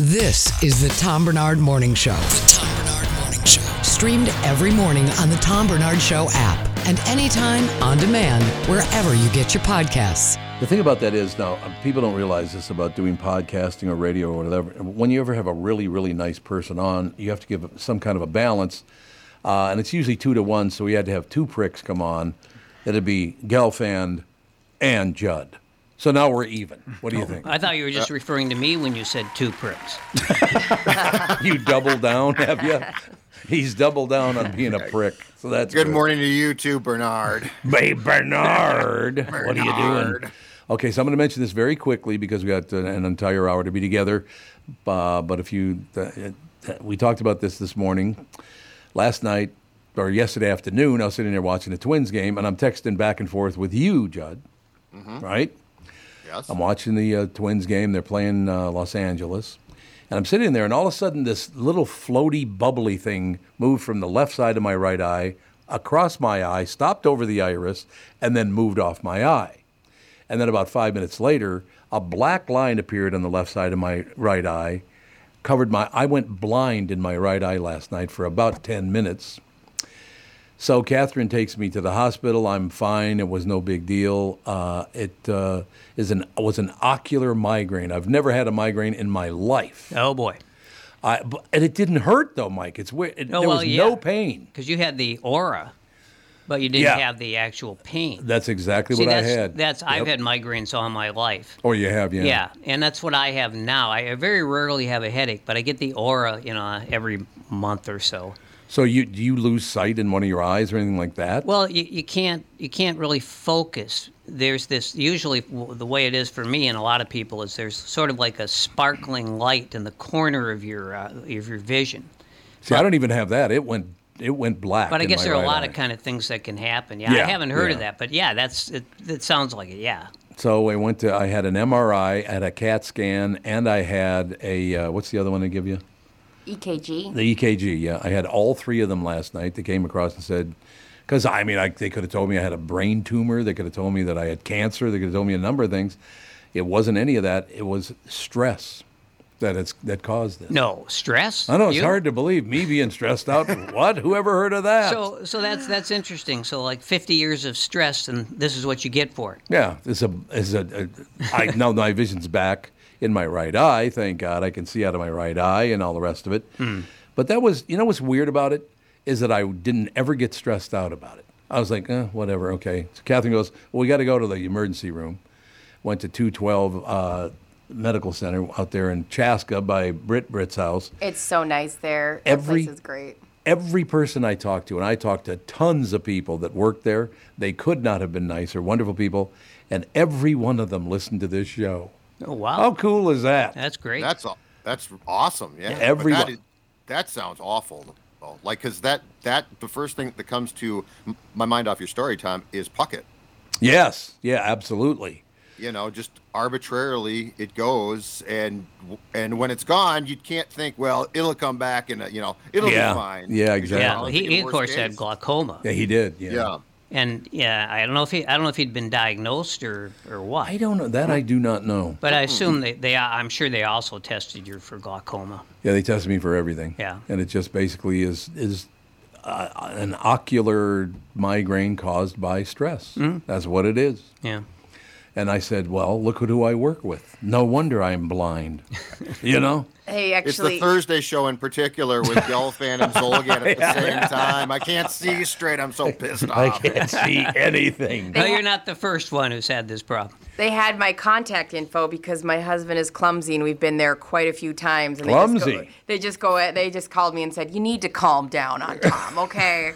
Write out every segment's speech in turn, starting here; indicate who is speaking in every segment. Speaker 1: This is the Tom Bernard Morning Show. The Tom Bernard Morning Show. Streamed every morning on the Tom Bernard Show app and anytime on demand wherever you get your podcasts.
Speaker 2: The thing about that is now uh, people don't realize this about doing podcasting or radio or whatever. When you ever have a really really nice person on, you have to give some kind of a balance, uh, and it's usually two to one. So we had to have two pricks come on. That'd be Gelfand and Judd. So now we're even. What do you think?
Speaker 3: I thought you were just referring to me when you said two pricks.
Speaker 2: you double down, have you? He's double down on being a prick. So that's
Speaker 4: Good
Speaker 2: good.
Speaker 4: morning to you too, Bernard.
Speaker 2: Hey, Bernard. What are you doing?
Speaker 4: Bernard.
Speaker 2: Okay, so I'm going to mention this very quickly because we got uh, an entire hour to be together. Uh, but if you, uh, we talked about this this morning, last night, or yesterday afternoon, I was sitting there watching the Twins game, and I'm texting back and forth with you, Judd. Right?
Speaker 4: Yes.
Speaker 2: I'm watching the uh, Twins game. They're playing uh, Los Angeles. And I'm sitting there, and all of a sudden, this little floaty, bubbly thing moved from the left side of my right eye across my eye, stopped over the iris, and then moved off my eye. And then about five minutes later, a black line appeared on the left side of my right eye, covered my. I went blind in my right eye last night for about 10 minutes. So Catherine takes me to the hospital. I'm fine. It was no big deal. Uh, it uh, is an was an ocular migraine. I've never had a migraine in my life.
Speaker 3: Oh boy.
Speaker 2: I, but, and it didn't hurt though, Mike. It's weird. It,
Speaker 3: Oh,
Speaker 2: there
Speaker 3: well,
Speaker 2: was
Speaker 3: yeah.
Speaker 2: no pain.
Speaker 3: Because you had the aura, but you didn't
Speaker 2: Yeah.
Speaker 3: have the actual pain.
Speaker 2: That's exactly
Speaker 3: See,
Speaker 2: what
Speaker 3: that's,
Speaker 2: I had.
Speaker 3: that's I've
Speaker 2: Yep.
Speaker 3: had migraines all my life.
Speaker 2: Oh, you have, yeah.
Speaker 3: Yeah, and that's what I have now. I I very rarely have a headache, but I get the aura, you know, every month or so.
Speaker 2: So you do you lose sight in one of your eyes or anything like that?
Speaker 3: Well, you, you can't you can't really focus. There's this usually w- the way it is for me and a lot of people is there's sort of like a sparkling light in the corner of your uh, of your vision.
Speaker 2: See, I don't even have that. It went it went black.
Speaker 3: But I
Speaker 2: in
Speaker 3: guess
Speaker 2: my
Speaker 3: there are
Speaker 2: right
Speaker 3: a lot
Speaker 2: eye.
Speaker 3: of kind of things that can happen. Yeah,
Speaker 2: Yeah,
Speaker 3: I haven't heard of
Speaker 2: yeah.
Speaker 3: that, but yeah, that's it, it. sounds like it. Yeah,
Speaker 2: So I went to I had an MRI, I had a CAT scan, and I had a uh, what's the other one they give you?
Speaker 5: E EKG.
Speaker 2: The EKG, yeah. I had all three of them last night. They came across and said, because I mean, I, they could have told me I had a brain tumor. They could have told me that I had cancer. They could have told me a number of things. It wasn't any of that. It was stress that it's, that caused this.
Speaker 3: no stress.
Speaker 2: I know it's
Speaker 3: You?
Speaker 2: hard to believe me being stressed out. what? Whoever heard of that?
Speaker 3: So so that's that's interesting. So like 50 years of stress, and this is what you get for it.
Speaker 2: Yeah, it's a it's a, a I now my vision's back in my right eye. Thank God I can see out of my right eye and all the rest of it. But that was you know what's weird about it is that I didn't ever get stressed out about it. I was like, eh, whatever, okay. So Catherine goes, well, we got to go to the emergency room. Went to 212 uh, Medical Center out there in Chaska by Britt Britt's house.
Speaker 5: It's so nice there.
Speaker 2: Every-
Speaker 5: Every place is great.
Speaker 2: Every person I talked to, and I talked to tons of people that worked there, they could not have been nicer, wonderful people, and every one of them listened to this show.
Speaker 3: Oh wow,
Speaker 2: How cool is that?
Speaker 3: that's great.
Speaker 4: That's aw- that's awesome. Yeah. but
Speaker 2: everyone-
Speaker 4: That, is, that sounds awful. though. Like, cause that that the first thing that comes to m- my mind off your story, Tom, is Puckett.
Speaker 2: yes, yeah, absolutely.
Speaker 4: You know, just arbitrarily it goes, and w- and when it's gone, you can't think, well, it'll come back, and uh, you know, it'll
Speaker 2: Yeah.
Speaker 4: be fine.
Speaker 2: Yeah,
Speaker 4: You
Speaker 2: exactly.
Speaker 3: yeah,
Speaker 4: know,
Speaker 3: he,
Speaker 4: in
Speaker 3: he of
Speaker 4: worst
Speaker 3: course
Speaker 4: case.
Speaker 3: had glaucoma,
Speaker 2: Yeah, he did. Yeah.
Speaker 4: Yeah.
Speaker 3: and yeah, I don't know if he I don't know if he'd been diagnosed or or what.
Speaker 2: I don't know that. I do not know.
Speaker 3: But I assume they, they I'm sure they also tested you for glaucoma.
Speaker 2: Yeah, they tested me for everything.
Speaker 3: Yeah.
Speaker 2: and it just basically is is uh, an ocular migraine caused by stress.
Speaker 3: Mm-hmm.
Speaker 2: That's what it is.
Speaker 3: Yeah.
Speaker 2: And I said, well, look at who I work with. No wonder I'm blind. you know.
Speaker 5: Hey,
Speaker 4: It's
Speaker 5: actually,
Speaker 4: the Thursday show in particular with Gelfand and Zolgan at the same time. I can't see straight. I'm so pissed
Speaker 2: I
Speaker 4: off.
Speaker 2: can't see anything.
Speaker 3: No, you're not the first one who's had this problem.
Speaker 5: they had my contact info because my husband is clumsy, and we've been there quite a few times. And They just
Speaker 2: Clumsy?
Speaker 5: go, they just go. They just called me and said, "You need to calm down on Tom, okay?"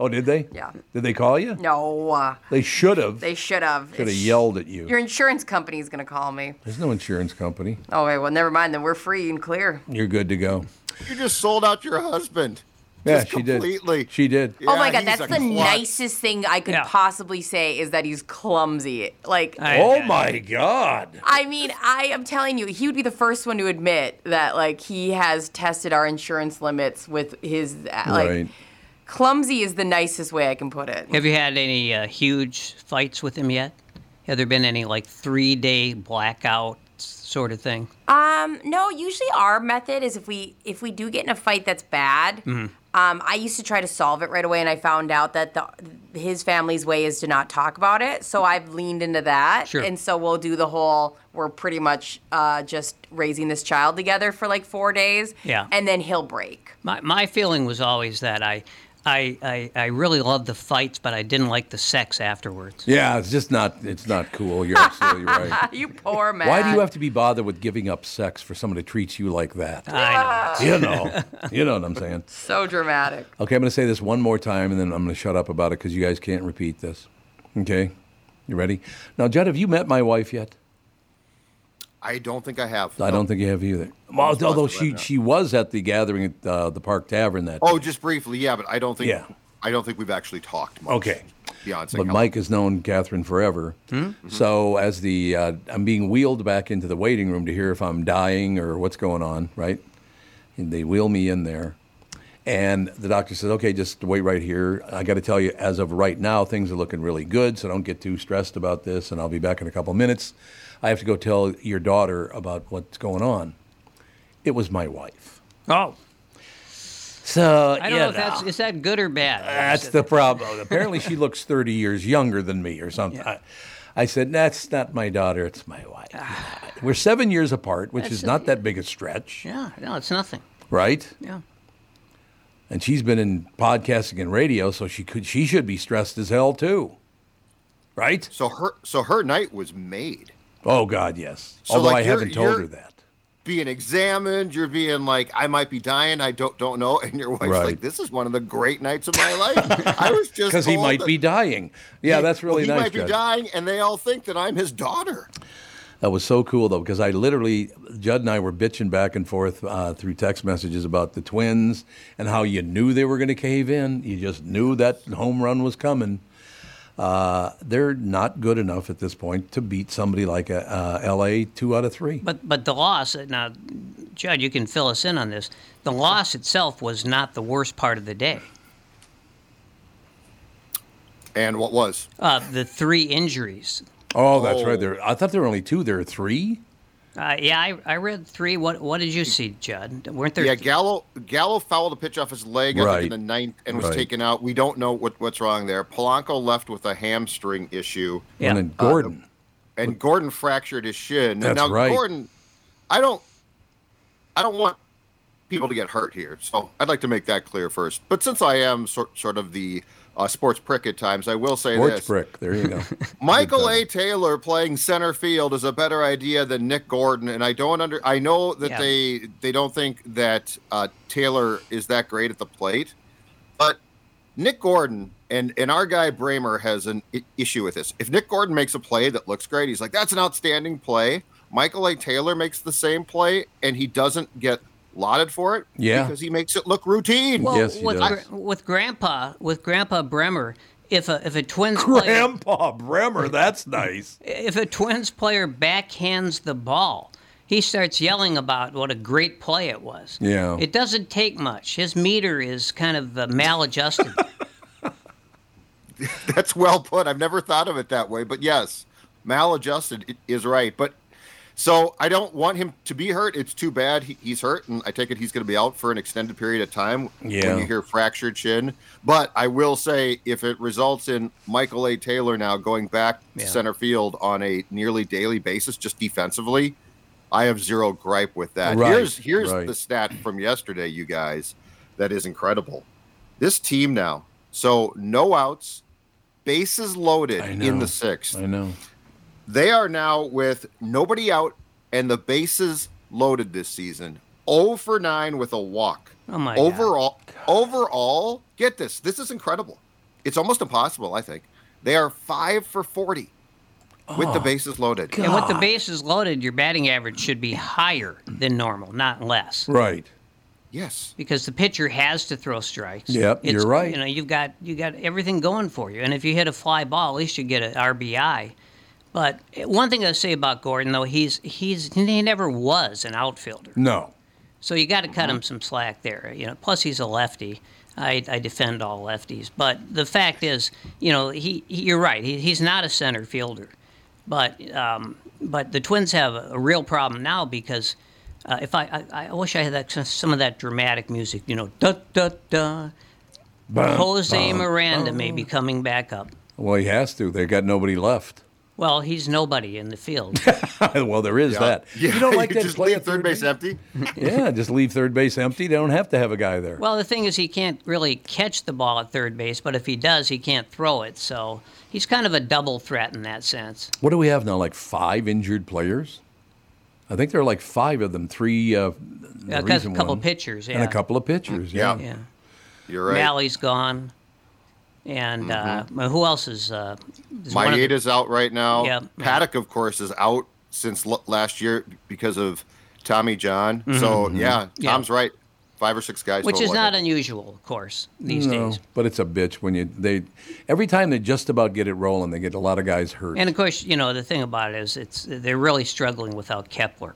Speaker 2: Oh, did they?
Speaker 5: Yeah.
Speaker 2: Did they call you?
Speaker 5: no, uh,
Speaker 2: They should have.
Speaker 5: they should have.
Speaker 2: should have yelled at you.
Speaker 5: Your insurance company is gonna call me.
Speaker 2: There's no insurance company.
Speaker 5: Okay, well, never mind. Then we're free and clear.
Speaker 2: You're good to go.
Speaker 4: You just sold out your husband.
Speaker 2: Yeah,
Speaker 4: Just
Speaker 2: she
Speaker 4: completely.
Speaker 2: did. She did.
Speaker 5: oh my
Speaker 4: Yeah,
Speaker 5: God,
Speaker 4: he's
Speaker 5: that's the
Speaker 4: a klutz.
Speaker 5: nicest thing I could
Speaker 3: Yeah.
Speaker 5: possibly say is that he's clumsy. Like,
Speaker 3: I-
Speaker 2: Oh my God.
Speaker 5: I mean, I am telling you, he would be the first one to admit that like he has tested our insurance limits with his uh, like
Speaker 2: right.
Speaker 5: clumsy is the nicest way I can put it.
Speaker 3: Have you had any uh, huge fights with him yet? Have there been any like three day blackout sort of thing?
Speaker 5: Um, no, usually our method is if we if we do get in a fight that's bad,
Speaker 3: Mm-hmm.
Speaker 5: um, I used to try to solve it right away, and I found out that the his family's way is to not talk about it. So I've leaned into that,
Speaker 3: Sure.
Speaker 5: and so we'll do the whole we're pretty much uh, just raising this child together for like four days,
Speaker 3: Yeah.
Speaker 5: and then he'll break.
Speaker 3: My, my feeling was always that I, I, I, I really loved the fights, but I didn't like the sex afterwards.
Speaker 2: Yeah, it's just not. It's not cool. You're absolutely right.
Speaker 5: You poor man.
Speaker 2: Why do you have to be bothered with giving up sex for someone who treats you like that?
Speaker 3: Ah. I
Speaker 2: you know, you know what I'm saying.
Speaker 5: so dramatic?
Speaker 2: Okay, I'm going to say this one more time, and then I'm going to shut up about it because you guys can't repeat this. Okay, you ready? Now, Judd, have you met my wife yet?
Speaker 4: I don't think I have.
Speaker 2: I
Speaker 4: No.
Speaker 2: don't think you have either. Well,
Speaker 4: it's
Speaker 2: although
Speaker 4: possible,
Speaker 2: she
Speaker 4: right?
Speaker 2: she was at the gathering at uh, the Park Tavern that.
Speaker 4: Oh, just briefly, yeah, but I don't think.
Speaker 2: Yeah.
Speaker 4: I don't think we've actually talked much.
Speaker 2: Okay.
Speaker 4: Beyonce.
Speaker 2: But
Speaker 4: help.
Speaker 2: Mike has known Catherine forever. So as the uh, I'm being wheeled back into the waiting room to hear if I'm dying or what's going on, right? And they wheel me in there, and the doctor says, "Okay, just wait right here. I got to tell you, as of right now, things are looking really good. So don't get too stressed about this. And I'll be back in a couple minutes. I have to go tell your daughter about what's going on. It was my wife.
Speaker 3: know. Oh,
Speaker 2: So
Speaker 3: I don't know if that's is that good or bad.
Speaker 2: that's the problem. Apparently, she looks 30 years younger than me or something. I, I said, That's not my daughter, it's my wife.
Speaker 3: Ah.
Speaker 2: We're seven years apart, which is not that big a stretch,
Speaker 3: yeah, no, it's nothing.
Speaker 2: right?
Speaker 3: Yeah.
Speaker 2: And she's been in podcasting and radio, so she could she should be stressed as hell too. Right?
Speaker 4: So her, so her night was made.
Speaker 2: Oh God, yes.
Speaker 4: So,
Speaker 2: Although
Speaker 4: like,
Speaker 2: I
Speaker 4: you're-
Speaker 2: haven't told
Speaker 4: you're-
Speaker 2: her that.
Speaker 4: Being examined, you're being like, I might be dying. I don't don't know. And your wife's
Speaker 2: Right.
Speaker 4: like, This is one of the great nights of my life. I was just
Speaker 2: Because he
Speaker 4: told
Speaker 2: might
Speaker 4: that-
Speaker 2: be dying. Yeah, that's really
Speaker 4: he
Speaker 2: nice.
Speaker 4: might be
Speaker 2: Judge.
Speaker 4: dying, and they all think that I'm his daughter.
Speaker 2: That was so cool though, because I literally Judd and I were bitching back and forth uh, through text messages about the twins and how you knew they were going to cave in. You just knew that home run was coming. Uh, they're not good enough at this point to beat somebody like a, uh, L.A. two out of three.
Speaker 3: But but the loss uh, now, Judd, you can fill us in on this. The loss itself was not the worst part of the day.
Speaker 4: And what was?
Speaker 3: Uh, the three injuries.
Speaker 2: Oh, that's
Speaker 4: Oh.
Speaker 2: right. There, I thought there were only two. There are three.
Speaker 3: Uh, yeah, I, I read three. What what did you see, Judd? Weren't there?
Speaker 4: Yeah, Gallo Gallo fouled a pitch off his leg I think,
Speaker 2: Right.
Speaker 4: in the ninth and was
Speaker 2: Right.
Speaker 4: taken out. We don't know what, what's wrong there. Polanco left with a hamstring issue,
Speaker 3: Yeah.
Speaker 2: And then
Speaker 4: Uh,
Speaker 2: Gordon.
Speaker 4: and Gordon fractured his shin.
Speaker 2: That's
Speaker 4: now
Speaker 2: right.
Speaker 4: Gordon, I don't, I don't want people to get hurt here, so I'd like to make that clear first. But since I am sort sort of the uh, sports prick at times, I will say
Speaker 2: Sports
Speaker 4: this:
Speaker 2: brick. There you go.
Speaker 4: Michael
Speaker 2: Good
Speaker 4: A. Taylor playing center field is a better idea than Nick Gordon, and I don't under. I know that
Speaker 3: Yeah.
Speaker 4: they they don't think that uh, Taylor is that great at the plate, but Nick Gordon and and our guy Bramer has an I- issue with this. If Nick Gordon makes a play that looks great, he's like that's an outstanding play. Michael A. Taylor makes the same play, and he doesn't get lauded for it.
Speaker 2: Yeah.
Speaker 4: because he makes it look routine.
Speaker 3: Well,
Speaker 2: Yes, he
Speaker 3: with,
Speaker 2: does.
Speaker 3: Gra- with Grandpa, with Grandpa Bremer, if a if a Twins player,
Speaker 2: Grandpa Bremer. That's nice.
Speaker 3: if a Twins player backhands the ball, he starts yelling about what a great play it was.
Speaker 2: Yeah.
Speaker 3: It doesn't take much. His meter is kind of uh, maladjusted.
Speaker 4: That's well put. I've never thought of it that way, but yes, maladjusted i- is right. But so I don't want him to be hurt. It's too bad he, he's hurt, and I take it he's going to be out for an extended period of time.
Speaker 2: Yeah.
Speaker 4: When you hear fractured shin, but I will say if it results in Michael A. Taylor now going back
Speaker 3: Yeah.
Speaker 4: to center field on a nearly daily basis, just defensively, I have zero gripe with that.
Speaker 2: Right,
Speaker 4: Here's here's
Speaker 2: right.
Speaker 4: the stat from yesterday, you guys. That is incredible. This team now, so no outs, bases loaded
Speaker 2: I
Speaker 4: in
Speaker 2: know.
Speaker 4: the sixth.
Speaker 2: I know.
Speaker 4: They are now with nobody out and the bases loaded this season. 0 for 9 with a walk.
Speaker 3: Oh my God.
Speaker 4: overall, overall, get this. This is incredible. It's almost impossible, I think. They are 5 for 40 with
Speaker 2: Oh,
Speaker 4: the bases loaded.
Speaker 3: and with the bases loaded, your batting average should be higher than normal, not less.
Speaker 2: Right.
Speaker 4: Yes.
Speaker 3: Because the pitcher has to throw strikes.
Speaker 2: Yep, you're right.
Speaker 3: You know, you've got you got everything going for you, and if you hit a fly ball, at least you get an RBI. But one thing I say about Gordon, though, he's he's he never was an outfielder.
Speaker 2: No.
Speaker 3: So you got to cut him some slack there. You know, plus he's a lefty. I, I defend all lefties, but the fact is, you know, he, he you're right. He, he's not a center fielder, But um, but the Twins have a, a real problem now because uh, if I, I I wish I had that, some of that dramatic music, you know, da da da.
Speaker 2: Bum,
Speaker 3: Jose
Speaker 2: bum,
Speaker 3: Miranda
Speaker 2: bum.
Speaker 3: may be coming back up.
Speaker 2: Well, he has to. They've got nobody left.
Speaker 3: Well, he's nobody in the field.
Speaker 2: well, there is that.
Speaker 4: Yeah,
Speaker 2: you don't like that
Speaker 4: just
Speaker 2: play
Speaker 4: leave
Speaker 2: at
Speaker 4: third base empty.
Speaker 2: yeah, just leave third base empty. They don't have to have a guy there.
Speaker 3: Well, the thing is, he can't really catch the ball at third base, but if he does, he can't throw it. So he's kind of a double threat in that sense.
Speaker 2: What do we have now? Like five injured players? I think there are like five of them. Three,
Speaker 3: A
Speaker 2: uh, the
Speaker 3: cou-
Speaker 2: reason
Speaker 3: couple
Speaker 2: one,
Speaker 3: pitchers, yeah.
Speaker 2: and a couple of pitchers. Yeah.
Speaker 4: Yeah.
Speaker 3: Yeah.
Speaker 4: You're right.
Speaker 3: Mally's gone. And uh, who else is. Uh, is one of the-
Speaker 4: Maeda's out right now.
Speaker 3: Yeah.
Speaker 4: Paddock, of course, is out since l- last year because of Tommy John. So yeah,
Speaker 3: Yeah.
Speaker 4: Tom's right. Five or six guys.
Speaker 3: which is
Speaker 4: total, I
Speaker 3: not
Speaker 4: think.
Speaker 3: unusual, of course, these
Speaker 2: No,
Speaker 3: days.
Speaker 2: but it's a bitch when you they every time they just about get it rolling, they get a lot of guys hurt.
Speaker 3: And of course, you know the thing about it is, it's they're really struggling without Kepler.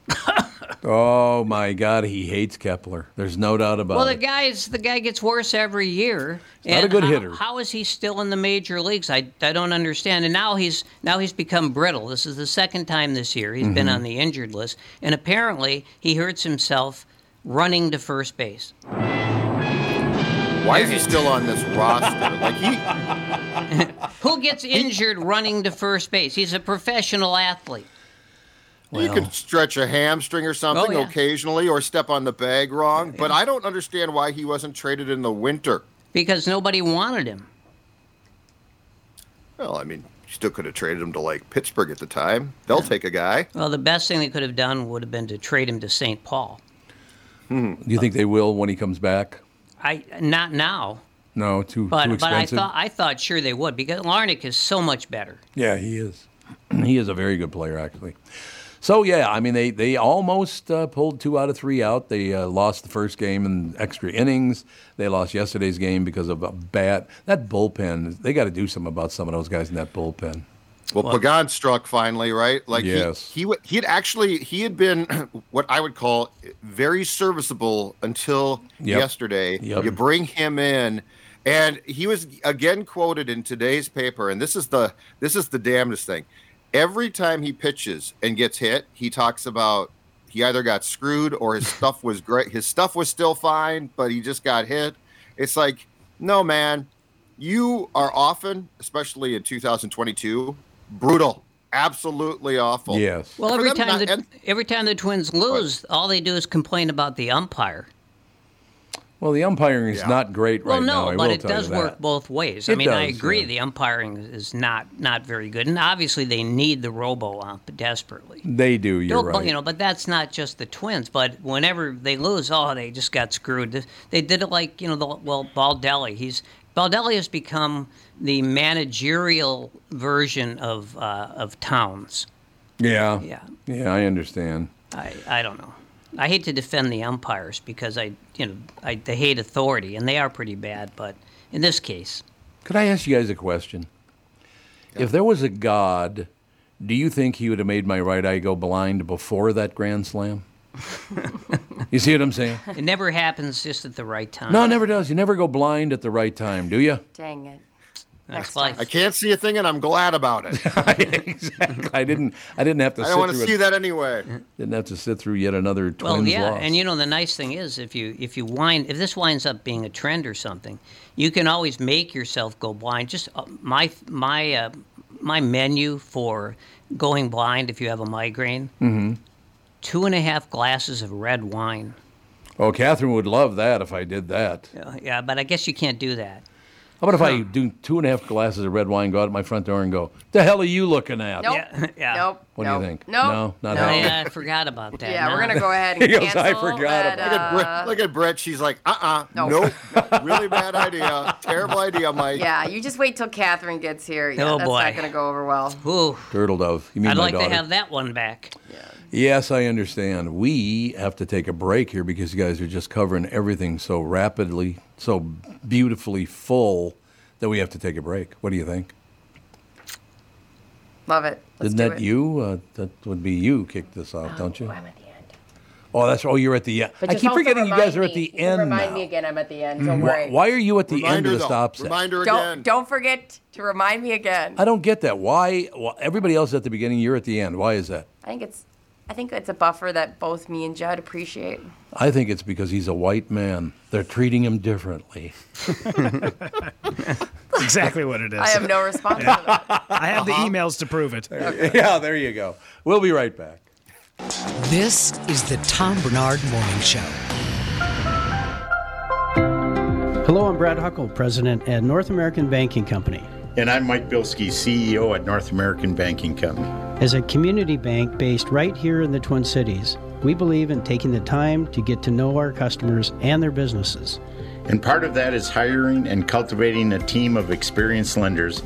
Speaker 2: oh my God, he hates Kepler. There's no doubt about
Speaker 3: Well, the
Speaker 2: it.
Speaker 3: guy is the guy gets worse every year.
Speaker 2: not a
Speaker 3: And
Speaker 2: good
Speaker 3: how-
Speaker 2: hitter.
Speaker 3: How is he still in the major leagues? I, I don't understand. And now he's now he's become brittle. This is the second time this year he's
Speaker 2: Mm-hmm.
Speaker 3: been on the injured list, and apparently he hurts himself running to first base.
Speaker 4: Why is he still on this roster? Like he,
Speaker 3: Who gets injured running to first base? He's a professional athlete.
Speaker 4: you can stretch a hamstring or something
Speaker 3: Oh, yeah.
Speaker 4: occasionally, or step on the bag wrong. But I don't understand why he wasn't traded in the winter.
Speaker 3: Because nobody wanted him.
Speaker 4: Well, I mean, you still could have traded him to like Pittsburgh at the time. They'll take a guy.
Speaker 3: Well, the best thing they could have done would have been to trade him to St. Paul.
Speaker 2: Do you think they will when he comes back?
Speaker 3: I not now,
Speaker 2: No, too too
Speaker 3: but but I
Speaker 2: expensive.
Speaker 3: thought I thought sure they would because Larnick is so much better.
Speaker 2: yeah, he is. he is a very good player, actually. So yeah, I mean they they almost uh, pulled two out of three out. They uh, lost the first game in extra innings. They lost yesterday's game because of a bat. That bullpen, they got to do something about some of those guys in that bullpen.
Speaker 4: Well, Pagan struck finally, right? Like
Speaker 2: Yes.
Speaker 4: he, he wa- he had actually he had been what I would call very serviceable until
Speaker 2: Yep.
Speaker 4: yesterday.
Speaker 2: Yep.
Speaker 4: You bring him in, and he was again quoted in today's paper, and this is the this is the damnedest thing. Every time he pitches and gets hit, he talks about he either got screwed or his stuff was great. His stuff was still fine, but he just got hit. It's like, no, man, you are often, especially in 2022, brutal, absolutely awful.
Speaker 2: Yes.
Speaker 3: Well,
Speaker 4: For
Speaker 3: every
Speaker 4: them
Speaker 3: time
Speaker 4: not-
Speaker 3: the
Speaker 4: and-
Speaker 3: every time the Twins lose, all they do is complain about the umpire.
Speaker 2: Well, the umpiring is
Speaker 4: Yeah.
Speaker 2: not great
Speaker 3: Well,
Speaker 2: right now.
Speaker 3: no,
Speaker 2: I
Speaker 3: but
Speaker 2: will
Speaker 3: it
Speaker 2: tell you
Speaker 3: does
Speaker 2: that.
Speaker 3: work both ways. I
Speaker 2: It
Speaker 3: mean, I
Speaker 2: does,
Speaker 3: agree
Speaker 2: yeah.
Speaker 3: the umpiring is not not very good, and obviously they need the robo ump desperately.
Speaker 2: They do. You're
Speaker 3: Don't-
Speaker 2: right.
Speaker 3: but, You know, but that's not just the Twins. But whenever they lose, oh, they just got screwed. This- They did it like you know, the, well, Baldelli. He's Baldelli has become the managerial version of uh, of Towns.
Speaker 2: yeah.
Speaker 3: Yeah.
Speaker 2: Yeah, I understand.
Speaker 3: I, I don't know. I hate to defend the umpires because I you know I they hate authority and they are pretty bad, but in this case,
Speaker 2: Could I ask you guys a question? If there was a God, do you think he would have made my right eye go blind before that grand slam? you see what I'm saying?
Speaker 3: it never happens just at the right time.
Speaker 2: No, it never does. You never go blind at the right time, do you?
Speaker 5: Dang it.
Speaker 3: That's life.
Speaker 4: I can't see a thing, and I'm glad about it.
Speaker 2: exactly. I didn't. I didn't have to.
Speaker 4: I
Speaker 2: sit
Speaker 4: don't want to
Speaker 2: through it-
Speaker 4: see that anyway.
Speaker 2: Didn't have to sit through yet another twins
Speaker 3: Well, yeah,
Speaker 2: loss.
Speaker 3: and you know the nice thing is if you if you wind if this winds up being a trend or something, you can always make yourself go blind. Just uh, my my uh, my menu for going blind if you have a migraine.
Speaker 2: Mm-hmm.
Speaker 3: Two and a half glasses of red wine.
Speaker 2: oh, Catherine would love that if I did that.
Speaker 3: Uh, yeah, but I guess you can't do that.
Speaker 2: How about if I do two and a half glasses of red wine, go out at my front door, and go, "The hell are you looking at?"
Speaker 5: Nope.
Speaker 3: Yeah, yeah.
Speaker 5: Nope.
Speaker 2: What do you
Speaker 5: nope.
Speaker 2: think?
Speaker 5: Nope.
Speaker 2: No, not
Speaker 5: nope.
Speaker 2: Oh.
Speaker 3: Oh, yeah, I forgot about that.
Speaker 5: Yeah, we're
Speaker 3: Now-
Speaker 5: gonna go ahead and
Speaker 2: He goes,
Speaker 5: cancel
Speaker 2: "I forgot
Speaker 5: that,
Speaker 2: about
Speaker 4: Look at, Brit,
Speaker 5: uh,
Speaker 4: look at Brett. She's like, uh uh
Speaker 5: No.
Speaker 4: nope. really bad idea. Terrible idea, Mike.
Speaker 5: yeah, you just wait till Catherine gets here. Yeah,
Speaker 3: Oh,
Speaker 5: that's
Speaker 3: boy.
Speaker 5: not gonna go over well.
Speaker 3: Ooh,
Speaker 2: Turtle dove. You mean
Speaker 3: I'd
Speaker 2: my
Speaker 3: like
Speaker 2: daughter?
Speaker 3: to have that one back.
Speaker 2: Yes, I understand. We have to take a break here because you guys are just covering everything so rapidly, so beautifully full that we have to take a break. What do you think?
Speaker 5: Love it. Let's
Speaker 2: Isn't
Speaker 5: do
Speaker 2: that
Speaker 5: it.
Speaker 2: you? Uh, that would be you kicked this off, don't you?
Speaker 5: Oh, I'm at the end.
Speaker 2: Oh, that's oh, you're at the end.
Speaker 5: But
Speaker 2: I
Speaker 5: just
Speaker 2: keep
Speaker 5: also
Speaker 2: forgetting you guys
Speaker 5: remind
Speaker 2: are at
Speaker 5: me-
Speaker 2: the
Speaker 5: you can
Speaker 2: end.
Speaker 5: Remind
Speaker 2: now.
Speaker 5: me again, I'm at the end. Don't
Speaker 2: Why,
Speaker 5: worry.
Speaker 2: why are you at the end
Speaker 4: Reminder,
Speaker 2: of the
Speaker 4: though.
Speaker 2: stop sign?
Speaker 4: Reminder again.
Speaker 5: Don't don't forget to remind me again.
Speaker 2: I don't get that. Why? Well, everybody else is at the beginning, you're at the end. Why is that?
Speaker 5: I think it's I think it's a buffer that both me and Judd appreciate.
Speaker 2: I think it's because he's a white man. They're treating him differently.
Speaker 6: Exactly what it is.
Speaker 5: I have no response. to that.
Speaker 6: I have the emails to prove it.
Speaker 2: yeah, there you go. We'll be right back.
Speaker 1: This is the Tom Bernard Morning Show.
Speaker 7: Hello, I'm Brad Huckle, president at North American Banking Company.
Speaker 8: And I'm Mike Bilski, CEO at North American Banking Company.
Speaker 7: As a community bank based right here in the Twin Cities, we believe in taking the time to get to know our customers and their businesses.
Speaker 8: And part of that is hiring and cultivating a team of experienced lenders.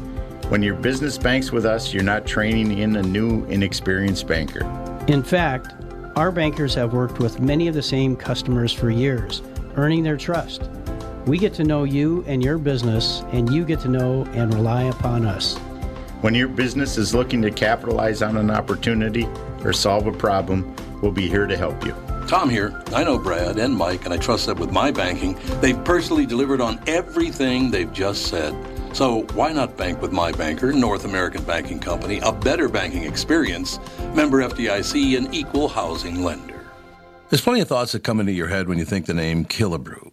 Speaker 8: When your business banks with us, you're not training in a new, inexperienced banker.
Speaker 7: In fact, our bankers have worked with many of the same customers for years, earning their trust. We get to know you and your business, and you get to know and rely upon us.
Speaker 8: When your business is looking to capitalize on an opportunity or solve a problem, we'll be here to help you.
Speaker 2: Tom here. I know Brad and Mike, and I trust that with my banking, they've personally delivered on everything they've just said. So why not bank with my banker, North American Banking Company, a better banking experience, member FDIC, an equal housing lender? There's plenty of thoughts that come into your head when you think the name Killebrew.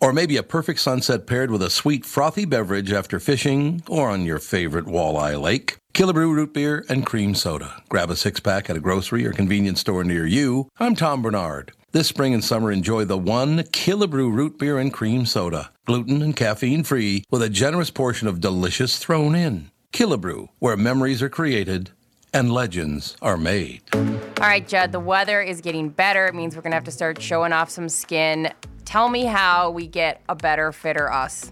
Speaker 2: Or maybe a perfect sunset paired with a sweet, frothy beverage after fishing or on your favorite walleye lake. Killebrew root beer and cream soda. Grab a six pack at a grocery or convenience store near you. I'm Tom Bernard. This spring and summer, enjoy the one Killebrew root beer and cream soda, gluten and caffeine free, with a generous portion of delicious thrown in. Killebrew, where memories are created and legends are made.
Speaker 5: All right, Judd, the weather is getting better. It means we're gonna have to start showing off some skin. Tell me how we get a better fitter us.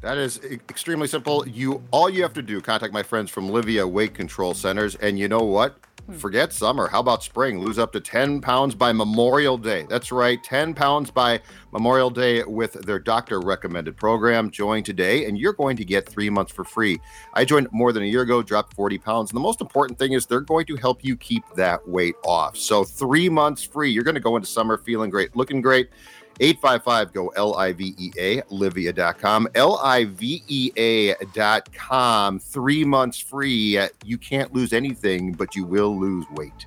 Speaker 4: That is e- extremely simple. You all you have to do contact my friends from Livia Weight Control Centers, and you know what? Forget summer. How about spring? Lose up to 10 pounds by Memorial Day. That's right, 10 pounds by Memorial Day with their doctor recommended program. Join today, and you're going to get three months for free. I joined more than a year ago, dropped 40 pounds. And the most important thing is they're going to help you keep that weight off. So, three months free. You're going to go into summer feeling great, looking great. 855 go L I V E A, livia.com. L I V E A.com. Three months free. You can't lose anything, but you will lose weight.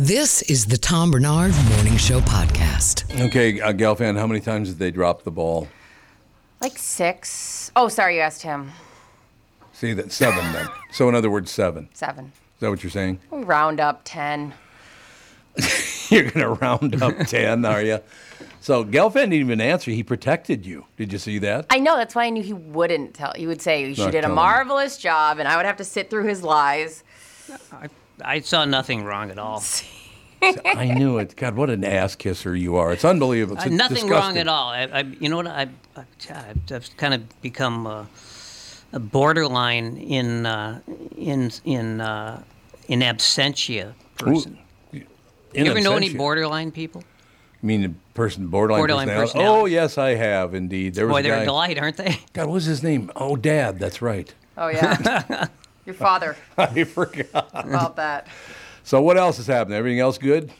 Speaker 1: This is the Tom Bernard Morning Show podcast.
Speaker 2: Okay, uh, Galfan, how many times did they drop the ball?
Speaker 5: Like six. Oh, sorry, you asked him.
Speaker 2: See, that seven then. So, in other words, seven. Is
Speaker 5: Seven.
Speaker 2: that what you're saying?
Speaker 3: Oh.
Speaker 5: We round up ten.
Speaker 2: You're going to round up 10, are you? So Gelfand didn't even answer. He protected you. Did you see that?
Speaker 5: I know. That's why I knew he wouldn't tell. He would say she
Speaker 2: Not
Speaker 5: did a
Speaker 2: telling.
Speaker 5: marvelous job, and I would have to sit through his lies.
Speaker 3: I saw nothing wrong at all.
Speaker 2: I knew it. God, what an ass kisser you are. It's unbelievable. It's
Speaker 3: Uh, nothing wrong
Speaker 2: disgusting.
Speaker 3: at all. I, I, you know what? I, I, I've, I've kind of become a, a borderline in uh, in in uh, in absentia person.
Speaker 2: In
Speaker 3: you ever know any
Speaker 2: absentia.
Speaker 3: borderline people?
Speaker 2: I mean, the person borderline,
Speaker 3: Borderline
Speaker 2: personality.
Speaker 3: personality.
Speaker 2: Oh yes, I have indeed. There was
Speaker 3: Boy,
Speaker 2: a
Speaker 3: they're
Speaker 2: guy-
Speaker 3: a delight, aren't they?
Speaker 2: God, what was his name? Oh, Dad. That's right.
Speaker 5: Oh yeah, your father
Speaker 2: I forgot.
Speaker 5: about that.
Speaker 2: So what else is happening? Everything else good?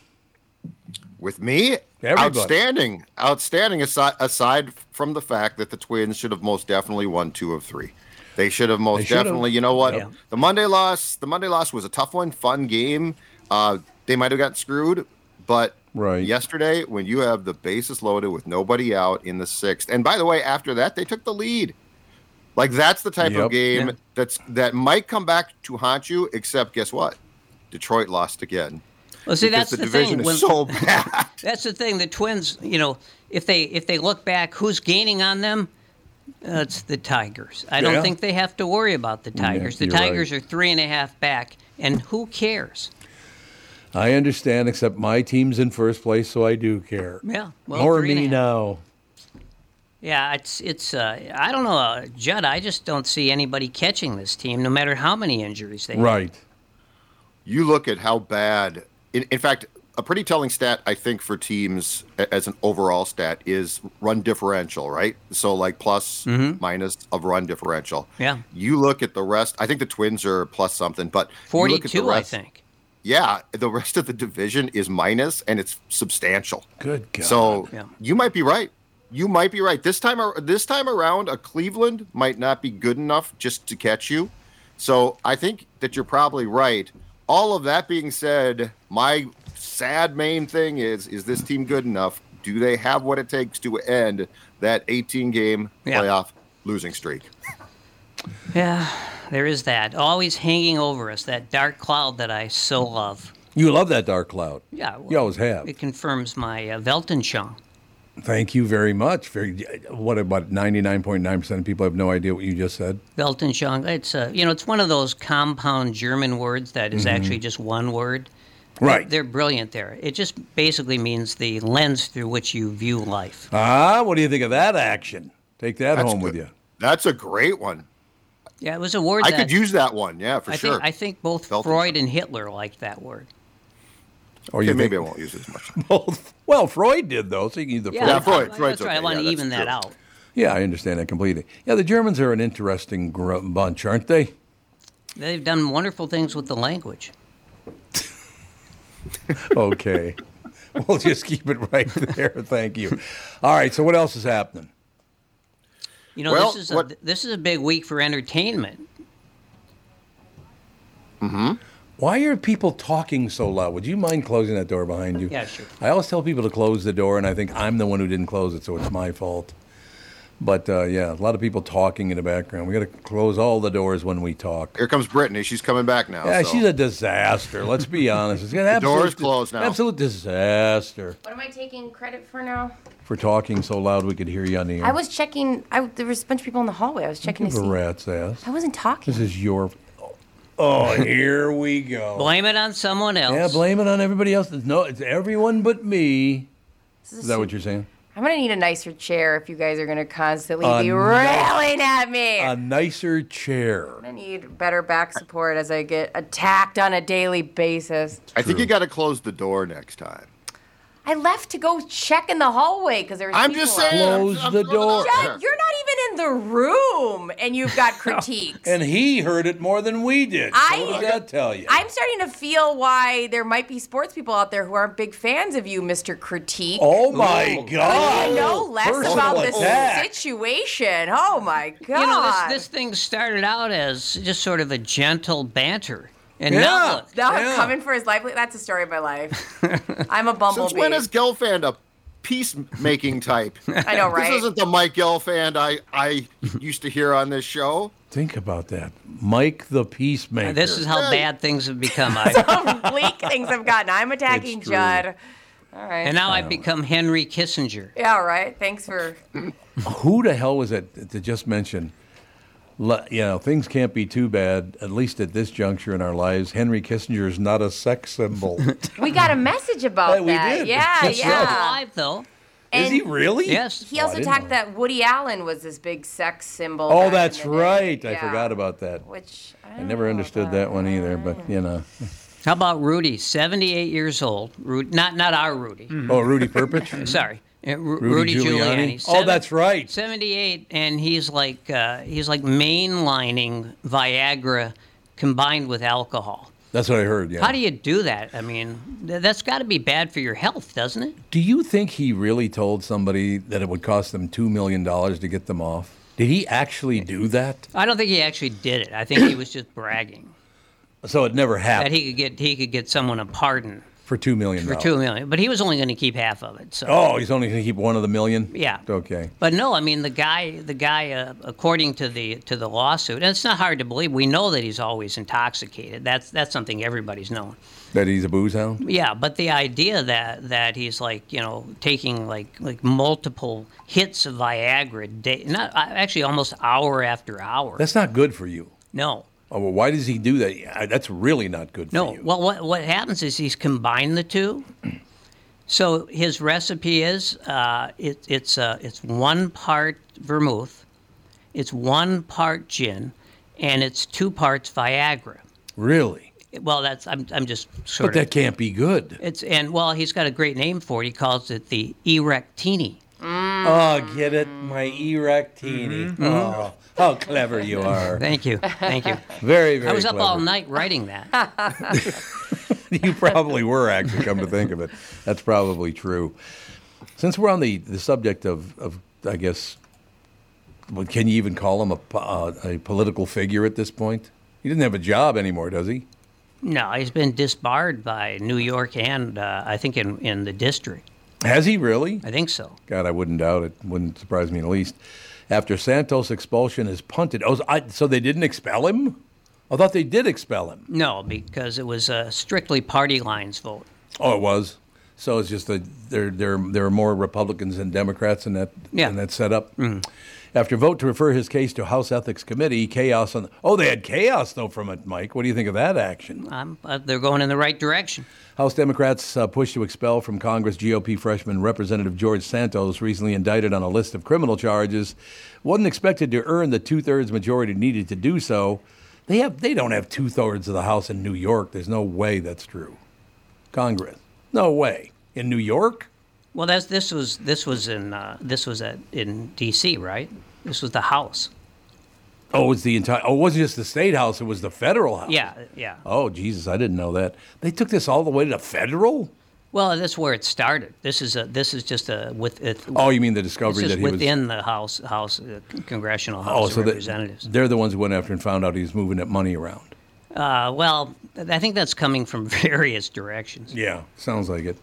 Speaker 4: With me,
Speaker 2: Everybody.
Speaker 4: outstanding, outstanding. Aside, aside from the fact that the Twins should have most definitely won two of three, they should have most
Speaker 2: should have.
Speaker 4: definitely. You know what?
Speaker 3: Yeah.
Speaker 4: The Monday loss, the Monday loss was a tough one, fun game. Uh, they might have got screwed, but
Speaker 2: Right.
Speaker 4: yesterday when you have the bases loaded with nobody out in the sixth, and by the way, after that they took the lead. Like that's the type
Speaker 2: Yep.
Speaker 4: of game
Speaker 3: Yeah.
Speaker 4: that's that might come back to haunt you. Except guess what? Detroit lost again.
Speaker 3: Well, see,
Speaker 4: Because
Speaker 3: that's the, thing.
Speaker 4: division
Speaker 3: when-
Speaker 4: is so bad.
Speaker 3: That's the thing. The Twins, you know, if they if they look back, who's gaining on them? Uh, it's the Tigers. I
Speaker 2: Yeah.
Speaker 3: don't think they have to worry about the Tigers. the
Speaker 2: you're right.
Speaker 3: Tigers are three and a half back, and who cares?
Speaker 2: I understand, except my team's in first place, so I do care.
Speaker 3: Yeah, well,
Speaker 2: More
Speaker 3: three and a
Speaker 2: me
Speaker 3: half.
Speaker 2: now.
Speaker 3: Yeah, it's it's. Uh, I don't know, uh, Judd. I just don't see anybody catching this team, no matter how many injuries they have.
Speaker 2: Right.
Speaker 4: you look at how bad in, in fact a pretty telling stat i think for teams a- as an overall stat is run differential right so like plus, minus of run differential
Speaker 3: Mm-hmm. Yeah.
Speaker 4: you look at the rest i think the twins are plus something but you look at the
Speaker 3: Forty-two, I
Speaker 4: rest-
Speaker 3: think.
Speaker 4: yeah the rest of the division is minus and it's substantial
Speaker 2: Good God.
Speaker 4: so
Speaker 3: Yeah.
Speaker 4: you might be right you might be right this time ar- this time around a cleveland might not be good enough just to catch you so i think that you're probably right all of that being said my sad main thing is is this team good enough do they have what it takes to end that 18 game
Speaker 3: Yeah.
Speaker 4: playoff losing streak
Speaker 3: Yeah, there is that. Always hanging over us, that dark cloud that I so love.
Speaker 2: you love that dark cloud.
Speaker 3: Yeah, well,
Speaker 2: you always have.
Speaker 3: It confirms my uh, Weltanschauung.
Speaker 2: Thank you very much. Very, what about ninety nine point nine percent of people have no idea what you just said?
Speaker 3: Weltanschauung. It's uh, you know, it's one of those compound German words that
Speaker 4: Mm-hmm.
Speaker 3: is actually just one word.
Speaker 2: Right.
Speaker 3: They're brilliant there. It just basically means the lens through which you view life.
Speaker 2: Ah, what do you think of that action? Take that home with you.
Speaker 4: that's a great one
Speaker 3: Yeah, it was a word
Speaker 4: i
Speaker 3: that
Speaker 4: could use that one yeah for
Speaker 3: I
Speaker 4: sure
Speaker 3: think I think both
Speaker 4: Weltanschauung.
Speaker 3: Freud and Hitler liked that word.
Speaker 2: Or
Speaker 4: okay,
Speaker 2: you
Speaker 4: maybe i
Speaker 2: think
Speaker 4: won't use it as much
Speaker 2: both? Well, Freud did though, so you can use the
Speaker 3: Yeah,
Speaker 2: Freud.
Speaker 4: Yeah, Freud-
Speaker 3: I,
Speaker 4: Freud's
Speaker 3: that's right.
Speaker 4: okay.
Speaker 3: I want
Speaker 4: Yeah,
Speaker 3: to
Speaker 4: that's
Speaker 3: even that
Speaker 4: true.
Speaker 3: out.
Speaker 2: Yeah, I understand that completely. Yeah, the Germans are an interesting gr- bunch, aren't they?
Speaker 3: They've done wonderful things with the language.
Speaker 2: Okay. we'll just keep it right there. Thank you. All right. So what else is happening?
Speaker 3: You know,
Speaker 4: Well,
Speaker 3: this is a,
Speaker 4: what-
Speaker 3: this is a big week for entertainment.
Speaker 2: Why are people talking so loud? Would you mind closing that door behind you?
Speaker 3: Yeah, sure.
Speaker 2: I always tell people to close the door, and I think I'm the one who didn't close it, so it's my fault. But uh, yeah, a lot of people talking in the background. We got to close all the doors when we talk.
Speaker 4: here comes brittany she's coming back now
Speaker 2: Yeah,
Speaker 4: so-
Speaker 2: she's a disaster. Let's be honest. It's an
Speaker 4: The door
Speaker 2: absolute
Speaker 4: is closed now.
Speaker 2: Absolute disaster
Speaker 5: What am I taking credit for now?
Speaker 2: for talking so loud we could hear you on the air.
Speaker 5: I was checking. I, there was a bunch of people in the hallway. I was checking to
Speaker 2: Give a
Speaker 5: see.
Speaker 2: rat's ass.
Speaker 5: I wasn't talking.
Speaker 2: This is your. Oh, here we go.
Speaker 3: Blame it on someone else.
Speaker 2: Yeah, blame it on everybody else. It's no, it's everyone but me.
Speaker 5: This
Speaker 2: Is that what you're saying?
Speaker 5: I'm gonna need a nicer chair if you guys are gonna constantly be
Speaker 2: A nice-
Speaker 5: railing at me.
Speaker 2: A nicer chair.
Speaker 5: I need better back support as I get attacked on a daily basis.
Speaker 4: I think you got to close the door next time.
Speaker 5: I left to go check in the hallway because there was.
Speaker 4: I'm
Speaker 5: people
Speaker 4: just
Speaker 5: out.
Speaker 4: saying. I'm-
Speaker 2: Close
Speaker 4: I'm
Speaker 2: the
Speaker 4: throwing it out
Speaker 2: door.
Speaker 4: there.
Speaker 5: Dad, you're not even in the room, and you've got critiques.
Speaker 2: And he heard it more than we did. So
Speaker 5: I-
Speaker 2: what does that tell you?
Speaker 5: I'm starting to feel why there might be sports people out there who aren't big fans of you, Mr. Critique.
Speaker 2: oh my God!
Speaker 5: You know less
Speaker 2: Personal
Speaker 5: about this
Speaker 2: attack.
Speaker 5: situation. Oh my god!
Speaker 3: You know, this, this thing started out as just sort of a gentle banter. And
Speaker 2: Yeah.
Speaker 3: now look,
Speaker 5: Now I'm
Speaker 2: Yeah.
Speaker 5: coming for his life. That's the story of my life. I'm a bumblebee.
Speaker 4: Since when is Gelfand a peacemaking type?
Speaker 5: I know, right?
Speaker 4: This isn't the Mike Gelfand I I used to hear on this show.
Speaker 2: Think about that, Mike the Peacemaker.
Speaker 3: this is how
Speaker 4: Hey.
Speaker 3: bad things have become. I,
Speaker 5: Bleak things I've gotten. I'm attacking
Speaker 2: It's true.
Speaker 5: Judd. All right.
Speaker 3: and now I've become Henry Kissinger.
Speaker 5: yeah, all right. Thanks for.
Speaker 2: who the hell was it that- to just mention? le- You know, things can't be too bad, at least at this juncture in our lives. Henry Kissinger is not a sex symbol.
Speaker 5: We got a message about
Speaker 2: Yeah,
Speaker 5: that.
Speaker 2: we did.
Speaker 5: Yeah,
Speaker 2: That's
Speaker 5: yeah.
Speaker 2: right.
Speaker 3: Alive though.
Speaker 2: is
Speaker 5: And
Speaker 2: he really?
Speaker 3: Yes.
Speaker 5: He
Speaker 2: Oh, I
Speaker 5: also
Speaker 2: didn't know
Speaker 5: talked that Woody Allen was this big sex symbol. back
Speaker 2: Oh,
Speaker 5: in
Speaker 2: that's
Speaker 5: the day.
Speaker 2: right. I
Speaker 5: Yeah.
Speaker 2: forgot about that.
Speaker 5: Which I,
Speaker 2: I
Speaker 5: don't
Speaker 2: never
Speaker 5: know
Speaker 2: understood
Speaker 5: about.
Speaker 2: that one either, but you know,
Speaker 3: How about Rudy? 78 years old. Rudy, not not our Rudy.
Speaker 2: Oh, Rudy Perpich?
Speaker 3: Sorry. Uh, Ru-
Speaker 2: Rudy
Speaker 3: Mm-hmm. Rudy,
Speaker 2: Giuliani.
Speaker 3: Giuliani.
Speaker 2: Oh, that's right.
Speaker 3: 78 and he's like uh, he's like mainlining Viagra combined with alcohol.
Speaker 2: That's what I heard. Yeah.
Speaker 3: How do you do that? I mean, th- that's got to be bad for your health, doesn't it?
Speaker 2: Do you think he really told somebody that it would cost them $2 million to get them off? Did he actually do that?
Speaker 3: I don't think he actually did it. I think he was just bragging
Speaker 2: So it never
Speaker 3: that
Speaker 2: happened
Speaker 3: he could get he could get someone a pardon
Speaker 2: for $2 million.
Speaker 3: for 2 million, but he was only going to keep half of it. So
Speaker 2: Oh, he's only going to keep one of the million?
Speaker 3: Yeah.
Speaker 2: Okay.
Speaker 3: But no, I mean the guy. The guy, uh, according to the to the lawsuit, and it's not hard to believe. We know that he's always intoxicated. That's that's something everybody's known.
Speaker 2: That he's a booze hound?
Speaker 3: Yeah, but the idea that that he's like you know taking like like multiple hits of Viagra day, not uh, actually almost hour after hour.
Speaker 2: That's not good for you.
Speaker 3: no.
Speaker 2: Oh, well, why does he do that? Yeah, That's really not good for
Speaker 3: No.
Speaker 2: you.
Speaker 3: Well, what what happens is he's combined the two. So his recipe is uh, it, it's uh, it's one part vermouth, it's one part gin, and it's two parts Viagra.
Speaker 2: really?
Speaker 3: Well, that's I'm I'm just sort
Speaker 2: But that
Speaker 3: of
Speaker 2: can't be good.
Speaker 3: it's and well he's got a great name for it. He calls it the Erectini.
Speaker 2: Oh, get it? My erectini. Oh, how clever you are.
Speaker 3: Thank you, thank you.
Speaker 2: Very, very
Speaker 3: Mm-hmm. I was up
Speaker 2: clever.
Speaker 3: all night writing that.
Speaker 2: you probably were actually come to think of it that's probably true since we're on the, the subject of, of i guess well, can you even call him a, po- uh, a political figure at this point he doesn't have a job anymore does he
Speaker 3: No, he's been disbarred by New York and uh, I think in in the district.
Speaker 2: has he really
Speaker 3: I think so.
Speaker 2: god i wouldn't doubt it wouldn't surprise me in the least after santos expulsion is punted oh so I, so they didn't expel him i thought they did expel him
Speaker 3: No, because it was a strictly party lines vote.
Speaker 2: oh it was so it's just that there, there, there are more republicans than democrats in that,
Speaker 3: Yeah.
Speaker 2: in that setup After vote to refer his case to House Ethics Committee, chaos on. oh, they had chaos though from it, Mike. What do you think of that action?
Speaker 3: Um, uh, they're going in the right direction.
Speaker 2: House Democrats uh, pushed to expel from Congress GOP freshman Representative George Santos, recently indicted on a list of criminal charges, wasn't expected to earn the two-thirds majority needed to do so. They have, they don't have two-thirds of the House in New York. There's no way that's true. Congress, no way in New York.
Speaker 3: Well, that's this was this was in uh, this was at, in D.C. Right? This was the House.
Speaker 2: Oh, it was the entire. Oh, it wasn't just the state house. It was the federal house.
Speaker 3: Yeah, yeah.
Speaker 2: Oh, Jesus, I didn't know that. They took this all the way to the federal?
Speaker 3: Well, that's where it started. This is a this is just a with it,
Speaker 2: Oh, you mean the
Speaker 3: this
Speaker 2: discovery
Speaker 3: is
Speaker 2: that he was.
Speaker 3: within the House House uh, Congressional House
Speaker 2: Oh,
Speaker 3: of
Speaker 2: so that-
Speaker 3: Representatives.
Speaker 2: they're the ones who went after and found out he was moving that money around.
Speaker 3: uh, well, I think that's coming from various directions.
Speaker 2: Yeah, sounds like it.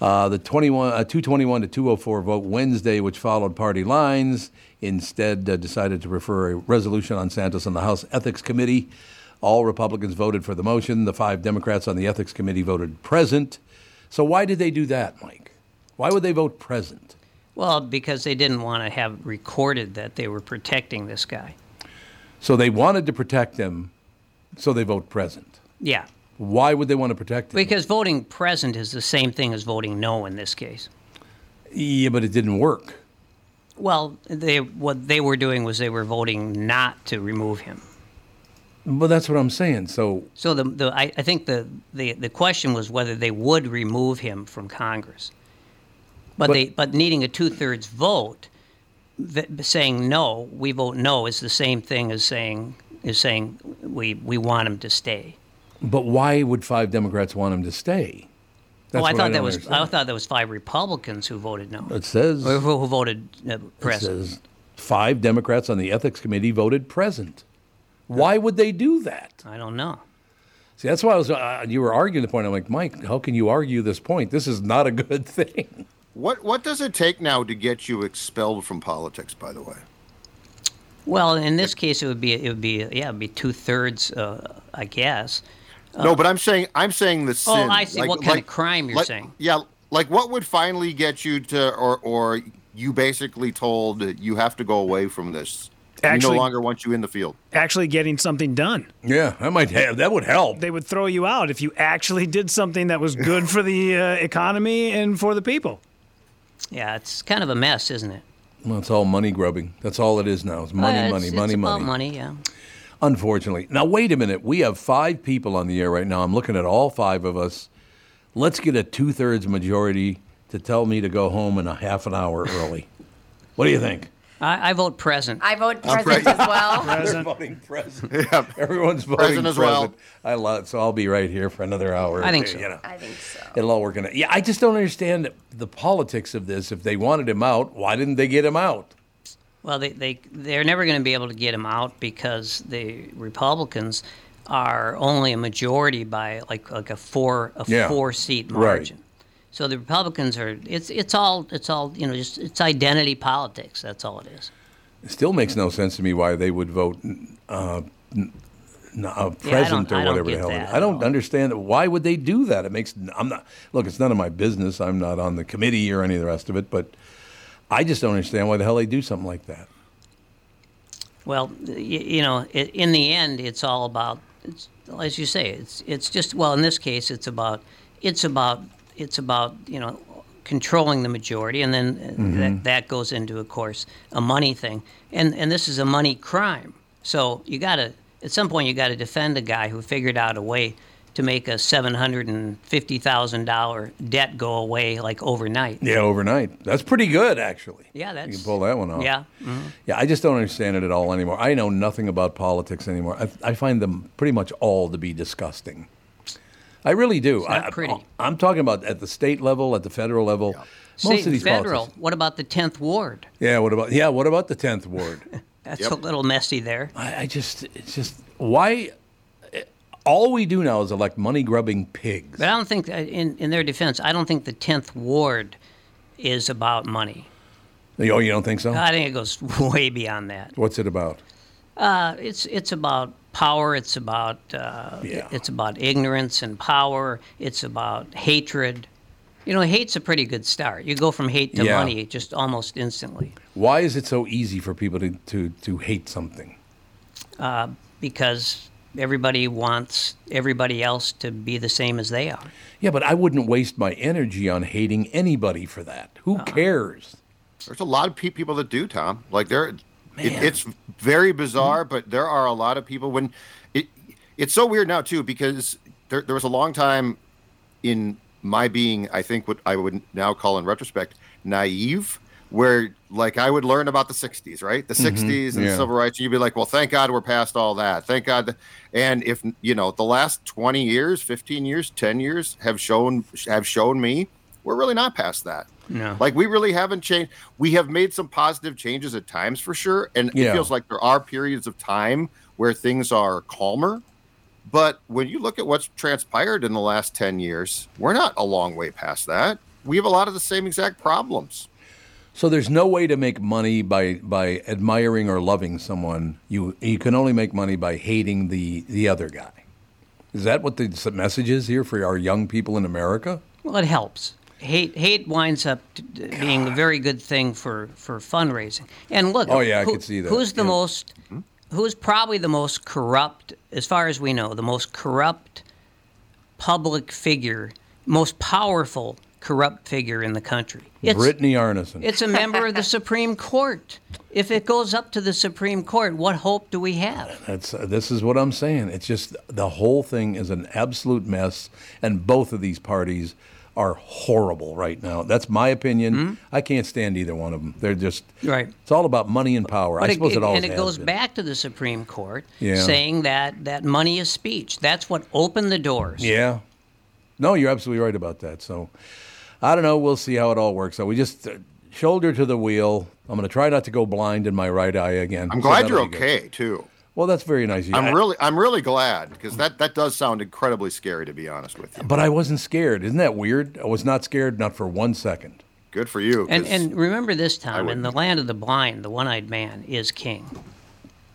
Speaker 2: Uh, the 21, uh, 221 to 204 vote Wednesday, which followed party lines, instead uh, decided to refer a resolution on Santos on the House Ethics Committee. All Republicans voted for the motion. The five Democrats on the Ethics Committee voted present. So why did they do that, Mike? Why would they vote present?
Speaker 3: Well, because they didn't want to have recorded that they were protecting this guy.
Speaker 2: So they wanted to protect him, so they vote present.
Speaker 3: Yeah,
Speaker 2: Why would they want to protect him?
Speaker 3: because voting present is the same thing as voting no in this case.
Speaker 2: yeah, but it didn't work.
Speaker 3: Well, they what they were doing was they were voting not to remove him.
Speaker 2: Well, that's what I'm saying. So
Speaker 3: So the, the I, I think the, the, the question was whether they would remove him from Congress, but,
Speaker 2: But-
Speaker 3: they but needing a two thirds vote, th- saying no, we vote no is the same thing as saying is saying we we want him to stay.
Speaker 2: But why would five Democrats want him to stay? That's
Speaker 3: oh, I
Speaker 2: what
Speaker 3: thought
Speaker 2: don't
Speaker 3: that was I
Speaker 2: understand.
Speaker 3: thought that was five Republicans who voted no,
Speaker 2: It says,
Speaker 3: or
Speaker 2: it
Speaker 3: who, who voted uh, present.
Speaker 2: says five Democrats on the Ethics Committee voted present. Why would they do that?
Speaker 3: I don't know.
Speaker 2: See, that's why I was. Uh, you were arguing the point. I'm like, Mike, how can you argue this point? This is not a good thing.
Speaker 4: What what does it take now to get you expelled from politics? By the way,
Speaker 3: Well, in this case, it would be it would be yeah, it'd be two thirds, uh, I guess.
Speaker 4: no, but I'm saying I'm saying the sin.
Speaker 3: I see. What kind of crime you're
Speaker 4: like-
Speaker 3: saying.
Speaker 4: Yeah, like what would finally get you to, or or you basically told you have to go away from this. we
Speaker 6: Actually-
Speaker 4: no longer want you in the field.
Speaker 6: Actually, getting something done.
Speaker 2: Yeah, that might have. That would help.
Speaker 6: They would throw you out if you actually did something that was good for the uh, economy and for the people.
Speaker 3: Yeah, it's kind of a mess, isn't it?
Speaker 2: Well, it's all money grubbing. That's all it is now. It's
Speaker 3: Uh,
Speaker 2: money,
Speaker 3: it's-
Speaker 2: money,
Speaker 3: it's
Speaker 2: money,
Speaker 3: about
Speaker 2: money.
Speaker 3: money. Yeah.
Speaker 2: Unfortunately. Now, wait a minute. We have five people on the air right now. I'm looking at all five of us. Let's get a two thirds majority to tell me to go home in a half an hour early. what do you think?
Speaker 3: I, I vote present.
Speaker 5: I vote present as well.
Speaker 2: They're voting present. Everyone's voting
Speaker 4: Present as well.
Speaker 2: present. I love it. So I'll be right here for another hour.
Speaker 3: I think
Speaker 2: You
Speaker 3: so.
Speaker 2: know.
Speaker 5: I think so.
Speaker 2: It'll all work in it. Yeah, I just don't understand the politics of this. If they wanted him out, why didn't they get him out?
Speaker 3: Well, they, they, they're never going to be able to get him out because the Republicans are only a majority by like like a four a
Speaker 2: Yeah.
Speaker 3: four seat
Speaker 2: Right.
Speaker 3: margin. So the Republicans are it's it's all it's all you know just it's identity politics. That's all it is.
Speaker 2: It still makes no sense to me why they would vote uh, n- n- uh,
Speaker 3: Yeah, I
Speaker 2: present
Speaker 3: don't- I
Speaker 2: or
Speaker 3: don't
Speaker 2: whatever the
Speaker 3: get
Speaker 2: hell. it
Speaker 3: that
Speaker 2: is.
Speaker 3: at
Speaker 2: I don't
Speaker 3: all.
Speaker 2: understand it. why would they do that. It makes I'm not look. It's none of my business. I'm not on the committee or any of the rest of it. But I just don't understand why the hell they do something like that.
Speaker 3: Well, you, you know, i in the end, it's all about, it's, as you say, it's it's just well. In this case, it's about it's about it's about you know controlling the majority, and then uh,
Speaker 2: Mm-hmm.
Speaker 3: that, that goes into, of course, a money thing, and and this is a money crime. So you got to at some point you got to defend a guy who figured out a way to make a seven hundred and fifty thousand dollar debt go away like overnight.
Speaker 2: Yeah, overnight. That's pretty good, actually.
Speaker 3: Yeah, that's
Speaker 2: you can pull that one off. Mm-hmm.
Speaker 3: Yeah.
Speaker 2: Yeah, I just don't understand it at all anymore. I know nothing about politics anymore. I, I find them pretty much all to be disgusting. I really do.
Speaker 3: not
Speaker 2: I,
Speaker 3: pretty.
Speaker 2: I, am talking about at the state level, at the federal level. Most
Speaker 3: State
Speaker 2: of these
Speaker 3: federal.
Speaker 2: politics.
Speaker 3: What about the tenth ward?
Speaker 2: Yeah. What about? Yeah. What about the tenth ward?
Speaker 3: That's a little messy there.
Speaker 2: I, I just, it's just why. All we do now is elect money grubbing pigs.
Speaker 3: But I don't think, that- in, in their defense, I don't think the 10th Ward is about money.
Speaker 2: Oh, you don't think so?
Speaker 3: I think it goes way beyond that.
Speaker 2: What's it about?
Speaker 3: Uh, it's, it's about power, it's about, uh,
Speaker 2: Yeah.
Speaker 3: it's about ignorance and power, it's about hatred. You know, hate's a pretty good start. You go from hate to
Speaker 2: Yeah.
Speaker 3: money just almost instantly
Speaker 2: Why is it so easy for people to, to, to hate something?
Speaker 3: because everybody wants everybody else to be the same as they are.
Speaker 2: Yeah, but I wouldn't waste my energy on hating anybody for that. Who cares?
Speaker 4: There's a lot of pe- people that do, Tom. Like there, it, it's very bizarre, but there are a lot of people when it. It's so weird now too because there, there was a long time in my being, I think what I would now call in retrospect naive, where like I would learn about the '60s, right? The '60s and
Speaker 2: yeah.
Speaker 4: the civil rights, and you'd be like, "Well, thank God we're past all that. Thank God." th- And if you know, the last 20 years, 15 years, 10 years have shown have shown me we're really not past that.
Speaker 3: No.
Speaker 4: Like we really haven't changed. We have made some positive changes at times for sure, and
Speaker 2: Yeah.
Speaker 4: it feels like there are periods of time where things are calmer. But when you look at what's transpired in the last 10 years, we're not a long way past that. We have a lot of the same exact problems.
Speaker 2: So there's no way to make money by, by admiring or loving someone. You you can only make money by hating the, the other guy. Is that what the s- message is here for our young people in America?
Speaker 3: Well, it helps. Hate hate winds up t- t- being a very good thing for, for fundraising. And look,
Speaker 2: Oh, yeah, I could see that,
Speaker 3: Who's the
Speaker 2: yeah. Hmm?
Speaker 3: most? Who's probably the most corrupt, as far as we know, the most corrupt public figure, most powerful corrupt figure in the country? It's
Speaker 2: Brittany Arneson.
Speaker 3: it's a member of the Supreme Court. If it goes up to the Supreme Court, what hope do we have?
Speaker 2: That's uh, this is what I'm saying. It's just the whole thing is an absolute mess, and both of these parties are horrible right now. That's my opinion. I can't stand either one of them. They're just
Speaker 3: Hmm? Right.
Speaker 2: It's all about money and power.
Speaker 3: But
Speaker 2: I suppose it, always
Speaker 3: and it
Speaker 2: has
Speaker 3: goes
Speaker 2: been.
Speaker 3: back to the Supreme Court
Speaker 2: Yeah.
Speaker 3: saying that, that money is speech. That's what opened the doors.
Speaker 2: Yeah. No, you're absolutely right about that. So I don't know. We'll see how it all works. So we just uh, shoulder to the wheel. I'm going to try not to go blind in my right eye again.
Speaker 4: I'm
Speaker 2: So
Speaker 4: glad
Speaker 2: that'll
Speaker 4: you're
Speaker 2: be good.
Speaker 4: okay too.
Speaker 2: Well, that's very nice. of you. I-
Speaker 4: I'm really I'm really glad because that that does sound incredibly scary to be honest with you.
Speaker 2: but I wasn't scared. Isn't that weird? I was not scared, not for one second.
Speaker 4: Good for you.
Speaker 3: And
Speaker 4: 'cause-
Speaker 3: and remember this time in
Speaker 4: wouldn't.
Speaker 3: the land of the blind, the one-eyed man is king.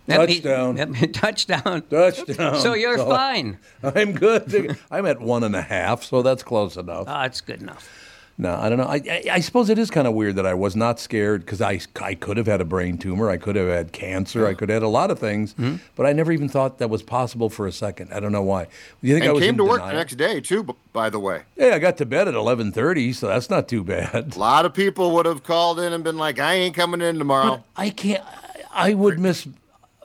Speaker 3: means-
Speaker 2: Touchdown.
Speaker 3: that means- touchdown.
Speaker 2: Touchdown.
Speaker 3: So you're fine.
Speaker 2: I'm good. I'm at one and a half, so that's close enough.
Speaker 3: Oh, it's good enough.
Speaker 2: No, I don't know. I, I, I suppose it is kind of weird that I was not scared because I, I could have had a brain tumor. I could have had cancer. I could have had a lot of things, but I never even thought that was possible for a second. I don't know why. Do you think I
Speaker 4: and
Speaker 2: was
Speaker 4: came
Speaker 2: in
Speaker 4: to work the
Speaker 2: denial?
Speaker 4: next day too. b- By the way,
Speaker 2: Yeah, I got to bed at 11:30, so that's not too bad.
Speaker 4: a lot of people would have called in and been like, "I ain't coming in tomorrow."
Speaker 2: I can't. I would miss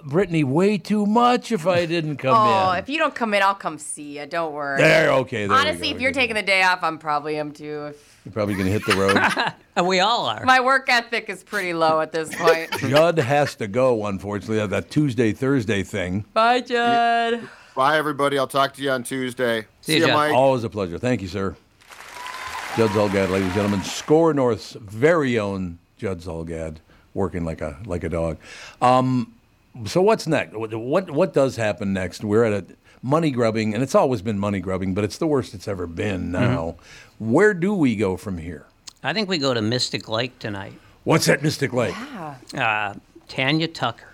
Speaker 2: Brittany way too much if I didn't come
Speaker 5: Oh,
Speaker 2: in.
Speaker 5: if you don't come in, I'll come see you. Don't worry.
Speaker 2: There, okay, there we
Speaker 5: Honestly,
Speaker 2: go.
Speaker 5: if you're taking the day off, I'm probably am too. If
Speaker 2: You're probably going to hit the road.
Speaker 3: Uh, we all are.
Speaker 5: my work ethic is pretty low at this point.
Speaker 2: Judd has to go, unfortunately, that Tuesday, Thursday thing.
Speaker 5: Bye, Judd.
Speaker 4: Bye, everybody. I'll talk to you on Tuesday.
Speaker 3: See you,
Speaker 4: ya,
Speaker 3: Jeff.
Speaker 4: Mike.
Speaker 2: Always a pleasure. Thank you, sir. Judd Zolgad, ladies and gentlemen, Score North's very own Judd Zolgad, working like a like a dog. Um, so what's next? What, what what does happen next? We're at a money grubbing, and it's always been money grubbing, but it's the worst it's ever
Speaker 3: Mm-hmm.
Speaker 2: been now. Where do we go from here?
Speaker 3: I think we go to Mystic Lake tonight.
Speaker 2: What's at Mystic Lake?
Speaker 3: Uh, Tanya Tucker.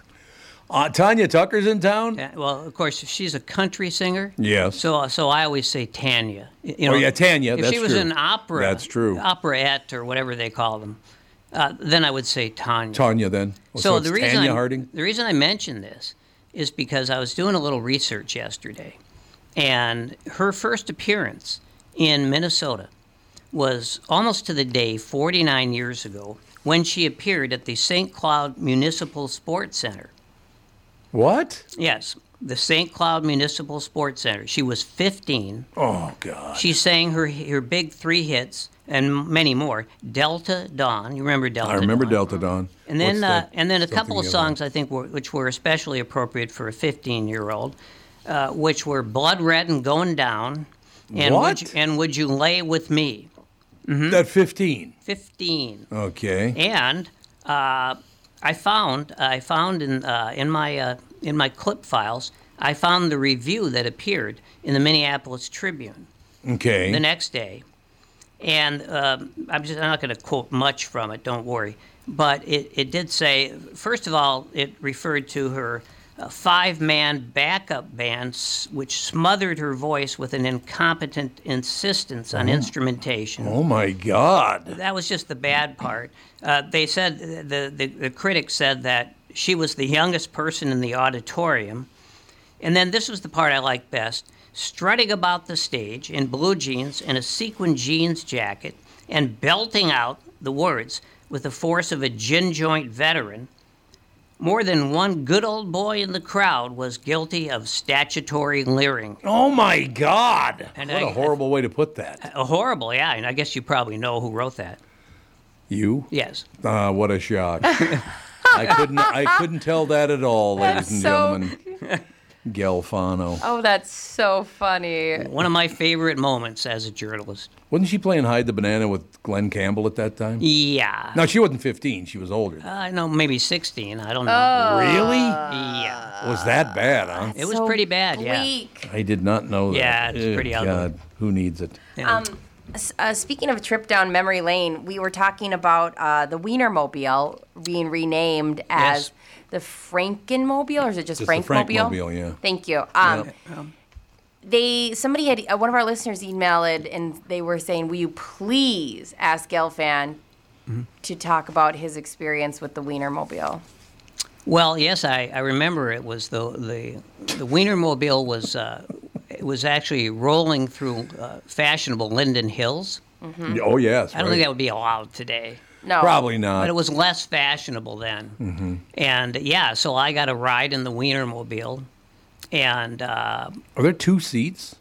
Speaker 2: Uh, Tanya Tucker's in town.
Speaker 3: Uh, well, of course, she's a country singer.
Speaker 2: Yes.
Speaker 3: So, uh, so I always say Tanya. You
Speaker 2: Oh, yeah, Tanya,
Speaker 3: If she
Speaker 2: that's
Speaker 3: was
Speaker 2: true.
Speaker 3: an opera,
Speaker 2: That's true.
Speaker 3: Operette or whatever they call them, uh, then I would say Tanya.
Speaker 2: Tanya then. Oh,
Speaker 3: so
Speaker 2: it's
Speaker 3: the reason
Speaker 2: Tanya
Speaker 3: I,
Speaker 2: Harding.
Speaker 3: the reason I mentioned this is because I was doing a little research yesterday, and her first appearance in Minnesota was almost to the day 49 years ago when she appeared at the St. Cloud Municipal Sports Center.
Speaker 2: What?
Speaker 3: Yes, the St. Cloud Municipal Sports Center. She was 15.
Speaker 2: Oh God.
Speaker 3: She sang her her big three hits and many more. Delta Dawn. You remember Delta?
Speaker 2: I remember
Speaker 3: Dawn?
Speaker 2: Delta Dawn.
Speaker 3: And then,
Speaker 2: What's
Speaker 3: uh,
Speaker 2: that?
Speaker 3: and then a
Speaker 2: Something
Speaker 3: couple of
Speaker 2: yellow.
Speaker 3: songs I think were, which were especially appropriate for a 15-year-old, uh, which were "Blood Red" and "Going Down," and Would
Speaker 2: What?
Speaker 3: you, and "Would You Lay with Me?"
Speaker 2: That fifteen.
Speaker 3: 15.
Speaker 2: Hmm? Okay.
Speaker 3: And uh, I found I found in uh, in my uh, in my clip files I found the review that appeared in the Minneapolis Tribune.
Speaker 2: Okay.
Speaker 3: the next day, and um I'm just I'm not going to quote much from it. Don't worry, but it, it did say first of all it referred to her uh, five-man backup band, s- which smothered her voice with an incompetent insistence on instrumentation.
Speaker 2: oh my God.
Speaker 3: That was just the bad part. Uh, they said the, the the critics said that she was the youngest person in the auditorium, and then this was the part I liked best: strutting about the stage in blue jeans and a sequin jeans jacket, and belting out the words with the force of a gin joint veteran. More than one good old boy in the crowd was guilty of statutory leering.
Speaker 2: Oh my God.
Speaker 3: And
Speaker 2: what a
Speaker 3: I-
Speaker 2: horrible way to put that.
Speaker 3: Uh, horrible, yeah, and I guess you probably know who wrote that.
Speaker 2: You?
Speaker 3: Yes.
Speaker 2: Ah, what a shock. I couldn't. I couldn't tell that at all, ladies and
Speaker 5: so-
Speaker 2: gentlemen. Gelfano.
Speaker 5: Oh, that's so funny.
Speaker 3: One of my favorite moments as a journalist.
Speaker 2: Wasn't she playing hide the banana with Glenn Campbell at that time?
Speaker 3: Yeah. Uh,
Speaker 2: No, she wasn't 15. She was older. than-
Speaker 3: I know maybe 16. I don't know.
Speaker 2: really?
Speaker 3: Yeah.
Speaker 2: was that bad, huh?
Speaker 3: It was pretty bad, yeah.
Speaker 5: Bleak.
Speaker 2: I did not know that.
Speaker 3: Yeah, it's
Speaker 2: Eh,
Speaker 3: pretty ugly.
Speaker 2: God, who needs it?
Speaker 5: S- Uh, speaking of a trip down memory lane, we were talking about uh, the Wienermobile being renamed as the Frankenmobile, or is it just,
Speaker 2: Just the
Speaker 5: Frankmobile?
Speaker 2: Frankmobile, yeah.
Speaker 5: Thank you. Um, They somebody had uh, one of our listeners emailed and they were saying, "Will you please ask Gelfan to talk about his experience with the Wienermobile?"
Speaker 3: Well, yes, I, I remember it was the the the Wienermobile was uh, it was actually rolling through uh, fashionable Linden Hills.
Speaker 2: Oh yes.
Speaker 3: Mm-hmm. I don't think that would be allowed today.
Speaker 5: No,
Speaker 2: Probably not.
Speaker 3: But it was less fashionable then. And yeah, so I got a ride in the Wienermobile and uh,
Speaker 2: Are there two seats?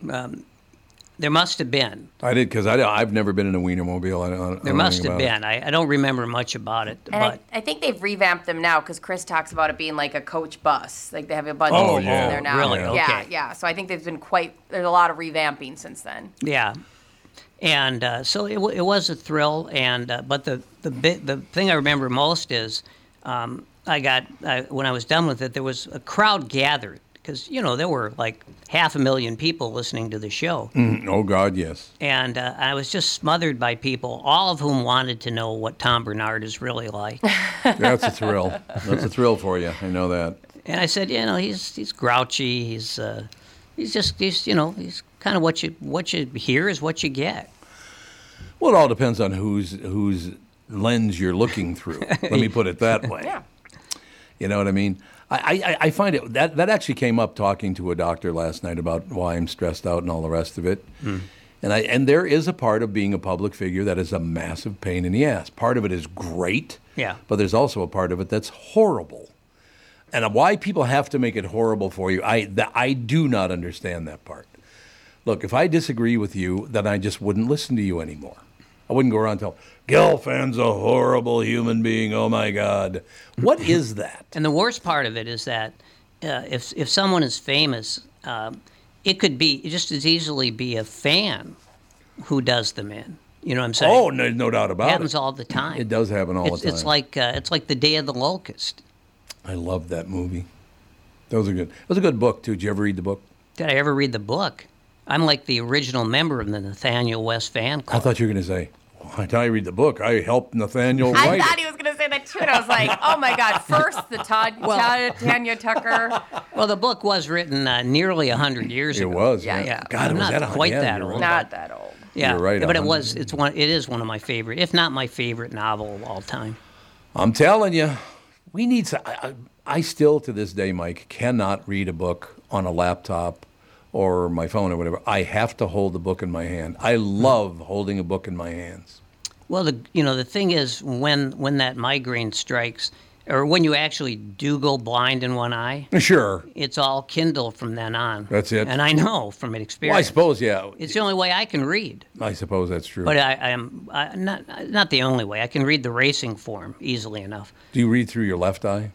Speaker 3: there must have been
Speaker 2: I did because I I've never been in a Wienermobile. I don't, I don't
Speaker 3: There
Speaker 2: know
Speaker 3: must
Speaker 2: anything
Speaker 3: have
Speaker 2: about it.
Speaker 3: been. I, I don't remember much about it,
Speaker 5: And
Speaker 3: but
Speaker 5: I, I think they've revamped them now because Chris talks about it being like a coach bus. Like they have a bunch
Speaker 2: Oh,
Speaker 5: of people
Speaker 2: yeah.
Speaker 5: in there now.
Speaker 3: Really?
Speaker 5: Yeah,
Speaker 3: Okay.
Speaker 5: yeah. So I think there's been quite there's a lot of revamping since then.
Speaker 3: yeah. And uh, so it, wa- it was a thrill. And uh, but the the bit, the thing I remember most is um, I got I, when I was done with it, there was a crowd gathered because you know there were like half a million people listening to the show,
Speaker 2: Oh God, yes.
Speaker 3: and uh, I was just smothered by people, all of whom wanted to know what Tom Bernard is really like.
Speaker 2: That's a thrill. That's a thrill for you. I know that.
Speaker 3: And I said, you know, he's he's grouchy. He's uh, he's just he's you know he's kind of what you what you hear is what you get.
Speaker 2: Well, it all depends on whose whose lens you're looking through. Let me put it that way.
Speaker 5: Yeah.
Speaker 2: You know what I mean? I, I, I find it that that actually came up talking to a doctor last night about why I'm stressed out and all the rest of it. And I and there is a part of being a public figure that is a massive pain in the ass. Part of it is great.
Speaker 3: Yeah.
Speaker 2: But there's also a part of it that's horrible. and why people have to make it horrible for you, I th- I do not understand that part. Look, if I disagree with you, then I just wouldn't listen to you anymore. I wouldn't go around telling Gelfan's a horrible human being. Oh my God, what is that?
Speaker 3: And the worst part of it is that uh, if if someone is famous, um it could be just as easily be a fan who does them in. You know what I'm saying?
Speaker 2: Oh, no, no doubt about it.
Speaker 3: happens all the time.
Speaker 2: It does happen all
Speaker 3: it's,
Speaker 2: the time.
Speaker 3: It's like uh, it's like the Day of the Locust.
Speaker 2: I love that movie. That was a good. That was a good book too. Did you ever read the book?
Speaker 3: Did I ever read the book? I'm like the original member of the Nathaniel West fan
Speaker 2: I
Speaker 3: club.
Speaker 2: thought you were going to say, "Why did I read the book? I helped Nathaniel
Speaker 5: I
Speaker 2: write."
Speaker 5: thought
Speaker 2: it."
Speaker 5: he was going to say that too, and I was like, oh my God, first the Todd, Todd Tanya Tucker.
Speaker 3: well, the book was written uh, nearly hundred years
Speaker 2: It
Speaker 3: ago.
Speaker 2: was.
Speaker 5: Yeah, yeah.
Speaker 2: God,
Speaker 3: I'm not
Speaker 2: was that a-
Speaker 3: quite
Speaker 2: yeah,
Speaker 3: that
Speaker 2: you're
Speaker 3: old.
Speaker 2: right.
Speaker 5: Not that old.
Speaker 3: Yeah,
Speaker 2: You're right,
Speaker 3: But it
Speaker 2: 100.
Speaker 3: was it's one it is one of my favorite, if not my favorite novel of all time.
Speaker 2: I'm telling you, we need. s- I, I- I still to this day, Mike, cannot read a book on a laptop or my phone or whatever. I have to hold the book in my hand. I love holding a book in my hands.
Speaker 3: Well, the you know the thing is when when that migraine strikes, or when you actually do go blind in one eye,
Speaker 2: Sure.
Speaker 3: it's all Kindle from then on.
Speaker 2: That's it.
Speaker 3: And I know from an experience.
Speaker 2: Well, I suppose, yeah.
Speaker 3: it's the only way I can read.
Speaker 2: I suppose that's true.
Speaker 3: But I, I'm I, not not the only way. I can read the racing form easily enough.
Speaker 2: Do you read through your left eye?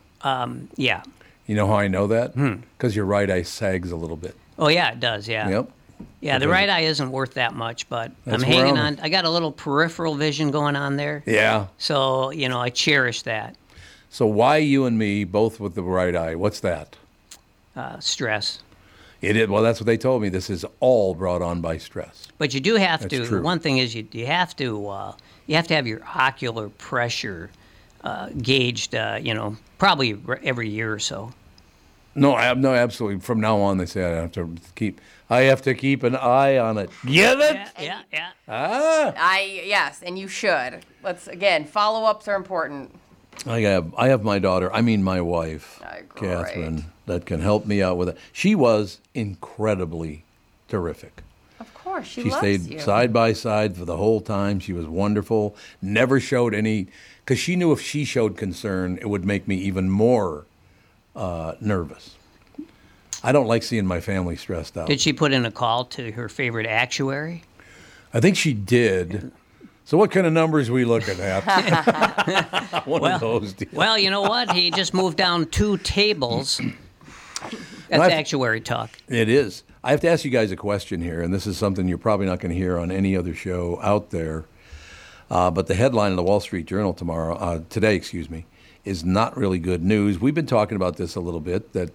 Speaker 3: Yeah.
Speaker 2: You know how I know that? Because your right eye sags a little bit.
Speaker 3: Oh yeah, it does. Yeah.
Speaker 2: Yep.
Speaker 3: Yeah, the right eye isn't worth that much, but
Speaker 2: That's
Speaker 3: I'm
Speaker 2: where
Speaker 3: hanging
Speaker 2: I'm-
Speaker 3: on. I got a little peripheral vision going on there.
Speaker 2: Yeah.
Speaker 3: So, you know, I cherish that
Speaker 2: So why you and me both with the right eye? What's that?
Speaker 3: uh, stress.
Speaker 2: It is well. That's what they told me. This is all brought on by stress.
Speaker 3: But you do have
Speaker 2: That's
Speaker 3: to.
Speaker 2: true.
Speaker 3: One thing is you, you have to uh, you have to have your ocular pressure uh, gauged. Uh, you know, probably re- every year or so.
Speaker 2: No, I, no, absolutely. From now on, they say I have to keep. I have to keep an eye on it. Get it?
Speaker 3: Yeah, yeah, yeah.
Speaker 2: Ah.
Speaker 5: I, yes, and you should. Let's, again, follow ups are important.
Speaker 2: I have I have my daughter. I mean my wife,
Speaker 5: Ah, great.
Speaker 2: Catherine, that can help me out with it. She was incredibly terrific.
Speaker 5: Of course, she,
Speaker 2: She
Speaker 5: loves
Speaker 2: stayed
Speaker 5: you.
Speaker 2: side by side for the whole time. She was wonderful. Never showed any, because she knew if she showed concern, it would make me even more uh, nervous. I don't like seeing my family stressed out.
Speaker 3: Did she put in a call to her favorite actuary?
Speaker 2: I think she did. So what kind of numbers we looking at? One of those deals.
Speaker 3: Well, you know what? He just moved down two tables. That's
Speaker 2: I've-
Speaker 3: actuary talk.
Speaker 2: It is. I have to ask you guys a question here, and this is something you're probably not going to hear on any other show out there. Uh, but the headline in the Wall Street Journal tomorrow, uh, today, excuse me, is not really good news. We've been talking about this a little bit that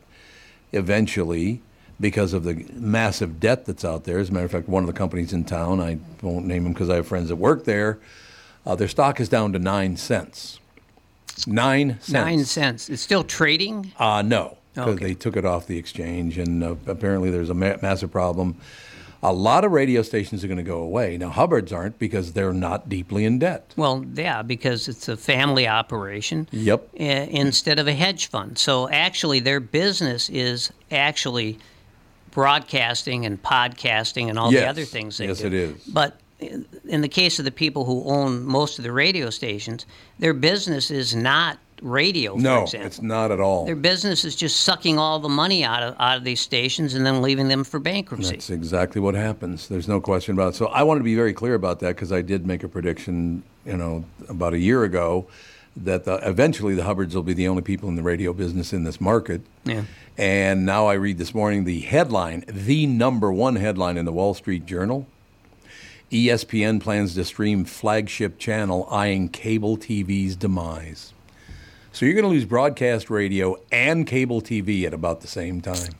Speaker 2: eventually, because of the massive debt that's out there, as a matter of fact, one of the companies in town, I won't name them because I have friends that work there, uh, their stock is down to nine cents. Nine cents.
Speaker 3: Nine cents. It's still trading.
Speaker 2: Uh, no, 'cause
Speaker 3: Oh, Okay.
Speaker 2: they took it off the exchange, and uh, apparently there's a ma- massive problem. A lot of radio stations are going to go away. Now, Hubbard's aren't because they're not deeply in debt.
Speaker 3: Well, yeah, because it's a family operation.
Speaker 2: Yep.
Speaker 3: i- Instead of a hedge fund. So actually, their business is actually broadcasting and podcasting and all
Speaker 2: Yes.
Speaker 3: the other things they
Speaker 2: Yes,
Speaker 3: do.
Speaker 2: it is.
Speaker 3: But in in the case of the people who own most of the radio stations, their business is not radio, for
Speaker 2: No,
Speaker 3: example.
Speaker 2: it's not at all.
Speaker 3: Their business is just sucking all the money out of out of these stations and then leaving them for bankruptcy.
Speaker 2: That's exactly what happens. There's no question about it. So I want to be very clear about that because I did make a prediction, you know, about a year ago that the, eventually the Hubbards will be the only people in the radio business in this market.
Speaker 3: Yeah.
Speaker 2: And now I read this morning the headline, the number one headline in the Wall Street Journal. E ESPN plans to stream flagship channel eyeing cable TV's demise. So you're going to lose broadcast radio and cable TV at about the same time.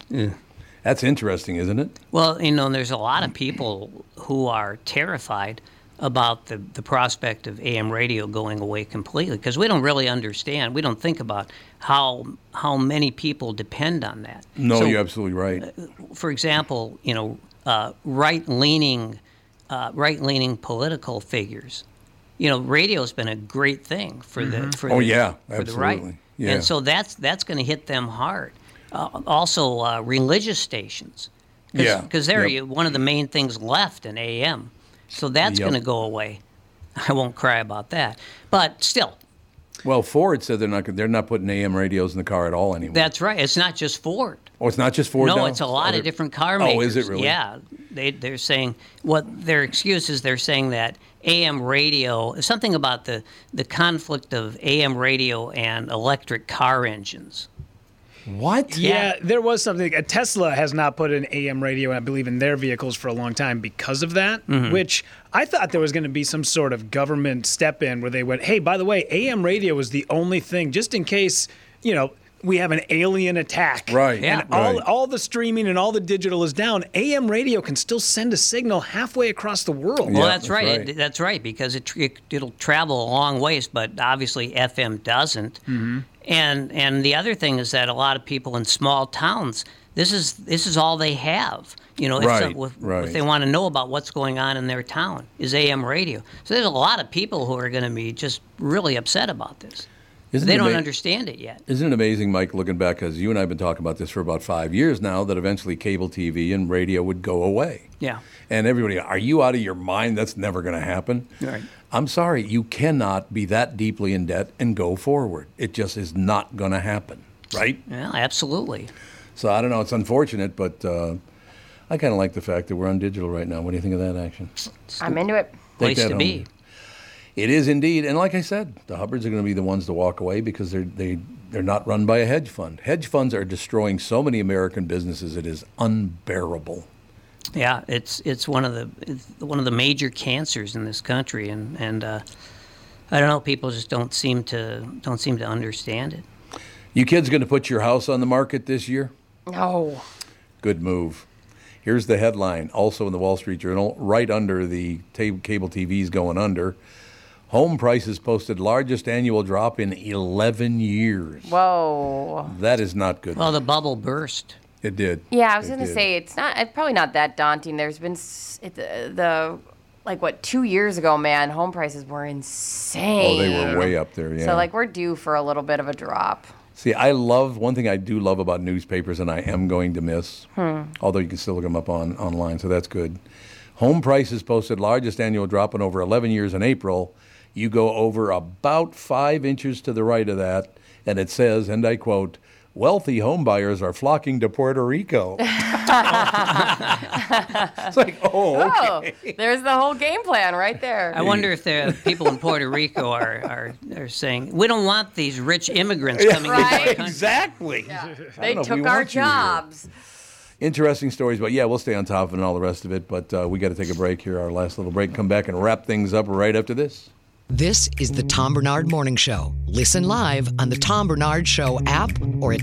Speaker 2: That's interesting, isn't it?
Speaker 3: Well, you know, there's a lot of people who are terrified about the, the prospect of AM radio going away completely because we don't really understand. We don't think about how how many people depend on that.
Speaker 2: No,
Speaker 3: So, uh,
Speaker 2: you're absolutely right.
Speaker 3: for example, you know, uh, right leaning uh, right leaning political figures. You know, radio's been a great thing for the for
Speaker 2: Oh,
Speaker 3: the,
Speaker 2: yeah,
Speaker 3: for the right,
Speaker 2: absolutely. Yeah.
Speaker 3: and so that's that's going to hit them hard. Uh, also, uh, religious stations, Cause,
Speaker 2: Yeah,
Speaker 3: because they're
Speaker 2: yep.
Speaker 3: one of the main things left in AM, so that's
Speaker 2: Yep.
Speaker 3: going to go away. I won't cry about that, but still,
Speaker 2: Well, Ford said they're not they're not putting AM radios in the car at all anymore.
Speaker 3: That's right. It's not just Ford.
Speaker 2: oh, it's not just Ford.
Speaker 3: no,
Speaker 2: now?
Speaker 3: it's a lot
Speaker 2: Other-
Speaker 3: of different car
Speaker 2: Oh,
Speaker 3: makers.
Speaker 2: is it really?
Speaker 3: Yeah, they they're saying what their excuse is. They're saying that AM radio something about the the conflict of AM radio and electric car engines.
Speaker 2: What?
Speaker 6: Yeah. there was something. A Tesla has not put an AM radio, I believe, in their vehicles for a long time because of that.
Speaker 2: Mm-hmm.
Speaker 6: Which I thought there was going to be some sort of government step in where they went, "Hey, by the way, AM radio is the only thing, just in case, you know." We have an alien attack,
Speaker 2: Right,
Speaker 6: And
Speaker 2: yeah.
Speaker 6: all
Speaker 2: right.
Speaker 6: all the streaming and all the digital is down. AM radio can still send a signal halfway across the world.
Speaker 2: Yeah,
Speaker 3: Well, that's,
Speaker 2: that's
Speaker 3: right. It-
Speaker 2: right.
Speaker 3: that's right because it, tr- it it'll travel a long ways, but obviously FM doesn't. Mm-hmm. And and the other thing is that a lot of people in small towns, this is this is all they have. You know, if,
Speaker 2: Right,
Speaker 3: if,
Speaker 2: right.
Speaker 3: if they want to know about what's going on in their town, is AM radio. So there's a lot of people who are going to be just really upset about this.
Speaker 2: Isn't
Speaker 3: they
Speaker 2: it
Speaker 3: don't
Speaker 2: ama-
Speaker 3: understand it yet.
Speaker 2: Isn't it amazing, Mike, looking back, because you and I have been talking about this for about five years now, that eventually cable TV and radio would go away.
Speaker 3: Yeah.
Speaker 2: And everybody, are you out of your mind? That's never going to happen.
Speaker 3: Right.
Speaker 2: I'm sorry, you cannot be that deeply in debt and go forward. It just is not going to happen, right?
Speaker 3: Yeah, absolutely.
Speaker 2: So I don't know. It's unfortunate, but uh, I kind of like the fact that we're on digital right now. What do you think of that action?
Speaker 5: I'm into it.
Speaker 2: Take
Speaker 3: Place
Speaker 2: that
Speaker 3: to
Speaker 2: home.
Speaker 3: be.
Speaker 2: It is indeed, and like I said, the Hubbards are going to be the ones to walk away because they're they they're not run by a hedge fund. Hedge funds are destroying so many American businesses; it is unbearable.
Speaker 3: Yeah, it's it's one of the it's one of the major cancers in this country, and and uh, I don't know, people just don't seem to don't seem to understand it.
Speaker 2: You kids going to put your house on the market this year?
Speaker 5: No.
Speaker 2: Good move. Here's the headline, also in the Wall Street Journal, right under the ta- cable TV's going under. Home prices posted largest annual drop in 11 years.
Speaker 5: Whoa.
Speaker 2: That is not good.
Speaker 3: Well, the bubble burst.
Speaker 2: it did.
Speaker 5: Yeah, I was
Speaker 2: It
Speaker 5: gonna
Speaker 2: did.
Speaker 5: say it's not. It's probably not that daunting. There's been s- it, the, the like what two years ago, man. Home prices were insane.
Speaker 2: Oh, they were way up there. Yeah.
Speaker 5: So like we're due for a little bit of a drop.
Speaker 2: See, I love one thing I do love about newspapers, and I am going to miss.
Speaker 5: Hmm.
Speaker 2: Although you can still look them up on online, so that's good. Home prices posted largest annual drop in over 11 years in April. You go over about five inches to the right of that, and it says, and I quote, "Wealthy home buyers are flocking to Puerto Rico." it's like, oh, okay.
Speaker 5: Oh, there's the whole game plan right there.
Speaker 3: I wonder if the people in Puerto Rico are, are are saying we don't want these rich immigrants coming into our
Speaker 5: Right.
Speaker 3: country.
Speaker 2: exactly.
Speaker 5: They
Speaker 2: know if we
Speaker 5: took our
Speaker 2: want you here.
Speaker 5: jobs.
Speaker 2: interesting stories. But yeah, we'll stay on top of it and all the rest of it. But uh, we got to take a break here, our last little break. Come back and wrap things up right after this.
Speaker 1: This is the Tom Bernard Morning Show. Listen live on the Tom Bernard Show app or at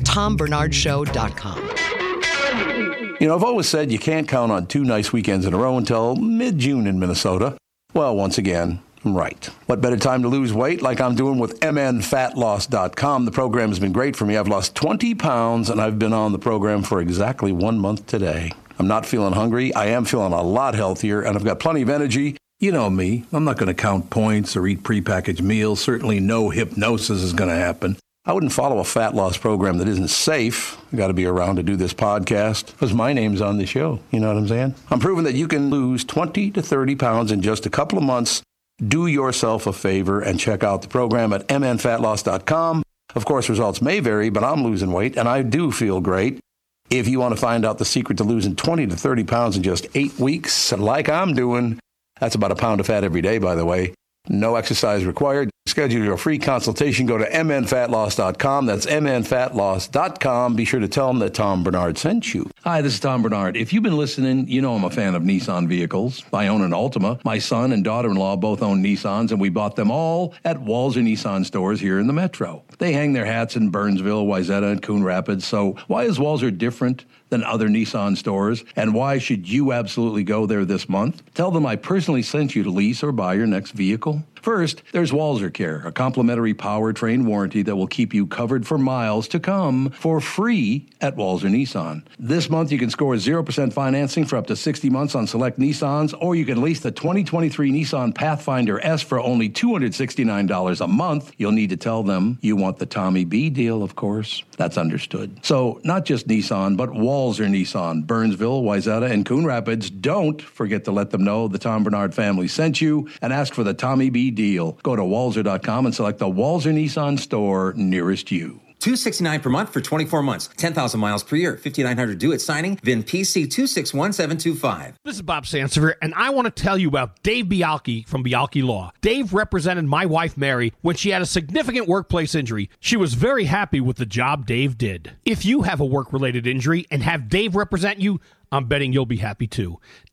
Speaker 1: tombernardshow.com.
Speaker 2: You know, I've always said you can't count on two nice weekends in a row until mid June in Minnesota. Well, once again, I'm right. What better time to lose weight like I'm doing with MNFatLoss.com? The program has been great for me. I've lost 20 pounds and I've been on the program for exactly one month today. I'm not feeling hungry. I am feeling a lot healthier and I've got plenty of energy. You know me, I'm not going to count points or eat prepackaged meals. Certainly, no hypnosis is going to happen. I wouldn't follow a fat loss program that isn't safe. I got to be around to do this podcast because my name's on the show. You know what I'm saying? I'm proving that you can lose 20 to 30 pounds in just a couple of months. Do yourself a favor and check out the program at mnfatloss.com. Of course, results may vary, but I'm losing weight and I do feel great. If you want to find out the secret to losing 20 to 30 pounds in just eight weeks, like I'm doing, that's about a pound of fat every day, by the way. No exercise required. Schedule your free consultation. Go to mnfatloss.com. That's mnfatloss.com. Be sure to tell them that Tom Bernard sent you. Hi, this is Tom Bernard. If you've been listening, you know I'm a fan of Nissan vehicles. I own an Altima. My son and daughter-in-law both own Nissans, and we bought them all at Walzer Nissan stores here in the metro. They hang their hats in Burnsville, Wayzata, and Coon Rapids. So why is Walzer different than other Nissan stores? And why should you absolutely go there this month? Tell them I personally sent you to lease or buy your next vehicle. First, there's Walzer Care, a complimentary powertrain warranty that will keep you covered for miles to come for free at Walzer Nissan. This month, you can score 0% financing for up to 60 months on select Nissans, or you can lease the 2023 Nissan Pathfinder S for only $269 a month. You'll need to tell them you want the Tommy B deal, of course. That's understood. So, not just Nissan, but Walzer Nissan, Burnsville, Wayzata, and Coon Rapids. Don't forget to let them know the Tom Bernard family sent you and ask for the Tommy B deal. Go to Walzer.com and select the Walzer Nissan store nearest you.
Speaker 9: 269 per month for 24 months, 10,000 miles per year, 5,900 due at signing, VIN PC 261725.
Speaker 10: This is Bob Sansevier, and I want to tell you about Dave Bialki from Bialki Law. Dave represented my wife Mary when she had a significant workplace injury. She was very happy with the job Dave did. If you have a work related injury and have Dave represent you, I'm betting you'll be happy too.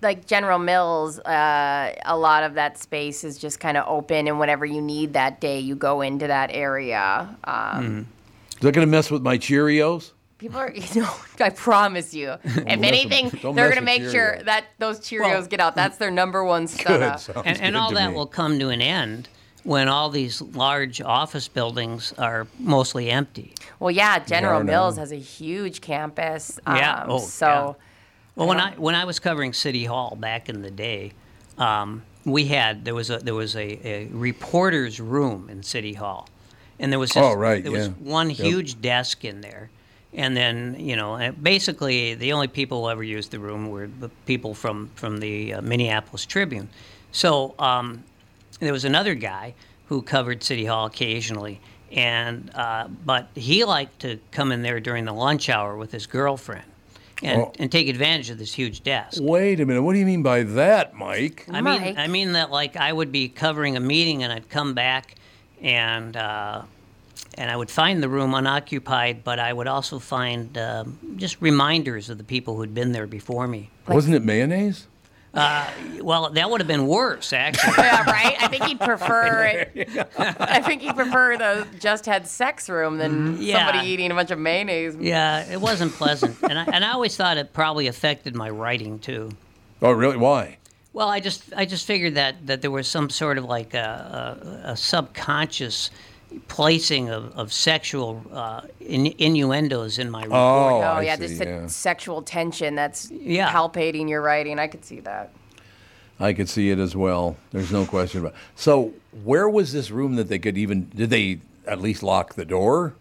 Speaker 5: like General Mills, uh, a lot of that space is just kind of open, and whenever you need that day, you go into that area. Um,
Speaker 2: Is that going to mess with my Cheerios?
Speaker 5: People are, you know, I promise you. If
Speaker 2: mess
Speaker 5: anything,
Speaker 2: with- don't
Speaker 5: they're
Speaker 2: mess
Speaker 5: gonna
Speaker 2: with
Speaker 5: make sure
Speaker 2: Cheerios.
Speaker 5: that those Cheerios get out. That's their number one setup.
Speaker 2: sounds
Speaker 3: and, and
Speaker 2: good
Speaker 3: all
Speaker 2: to
Speaker 3: that
Speaker 2: me.
Speaker 3: will come to an end when all these large office buildings are mostly empty.
Speaker 5: Well, yeah, General
Speaker 2: no.
Speaker 5: Mills has a huge campus. Um,
Speaker 3: Yeah, oh,
Speaker 5: so
Speaker 3: Well, when I when I was covering City Hall back in the day, um, we had there was a there was a, a reporter's room in City Hall, and there was just,
Speaker 2: Oh, right,
Speaker 3: there was
Speaker 2: yeah.
Speaker 3: one
Speaker 2: Yep.
Speaker 3: huge desk in there, and then you know and basically the only people who ever used the room were the people from from the uh, Minneapolis Tribune, so um, there was another guy who covered City Hall occasionally, and uh, but he liked to come in there during the lunch hour with his girlfriend, and,
Speaker 2: Oh.
Speaker 3: and take advantage of this huge desk.
Speaker 2: Wait a minute. What do you mean by that, Mike?
Speaker 3: I mean,
Speaker 5: Mike.
Speaker 3: I mean that like I would be covering a meeting and I'd come back, and uh, and I would find the room unoccupied, but I would also find um, just reminders of the people who'd been there before me.
Speaker 2: Wasn't it mayonnaise?
Speaker 3: Well, that would have been worse actually.
Speaker 5: yeah, right. I think he'd prefer it. I think he'd prefer the just had sex room than
Speaker 3: Mm-hmm. Yeah.
Speaker 5: somebody eating a bunch of mayonnaise.
Speaker 3: yeah, it wasn't pleasant, and I, and I always thought it probably affected my writing too.
Speaker 2: Oh, really? Why?
Speaker 3: Well, I just I just figured that that there was some sort of like a, a, a subconscious placing of, of sexual uh, in, innuendos in my report.
Speaker 2: Oh,
Speaker 5: Oh
Speaker 2: I
Speaker 5: yeah,
Speaker 2: see,
Speaker 5: just the
Speaker 2: yeah.
Speaker 5: sexual tension that's
Speaker 3: Yeah.
Speaker 5: palpating your writing. I could see that.
Speaker 2: I could see it as well. There's no question about. So, where was this room that they could even? Did they at least lock the door?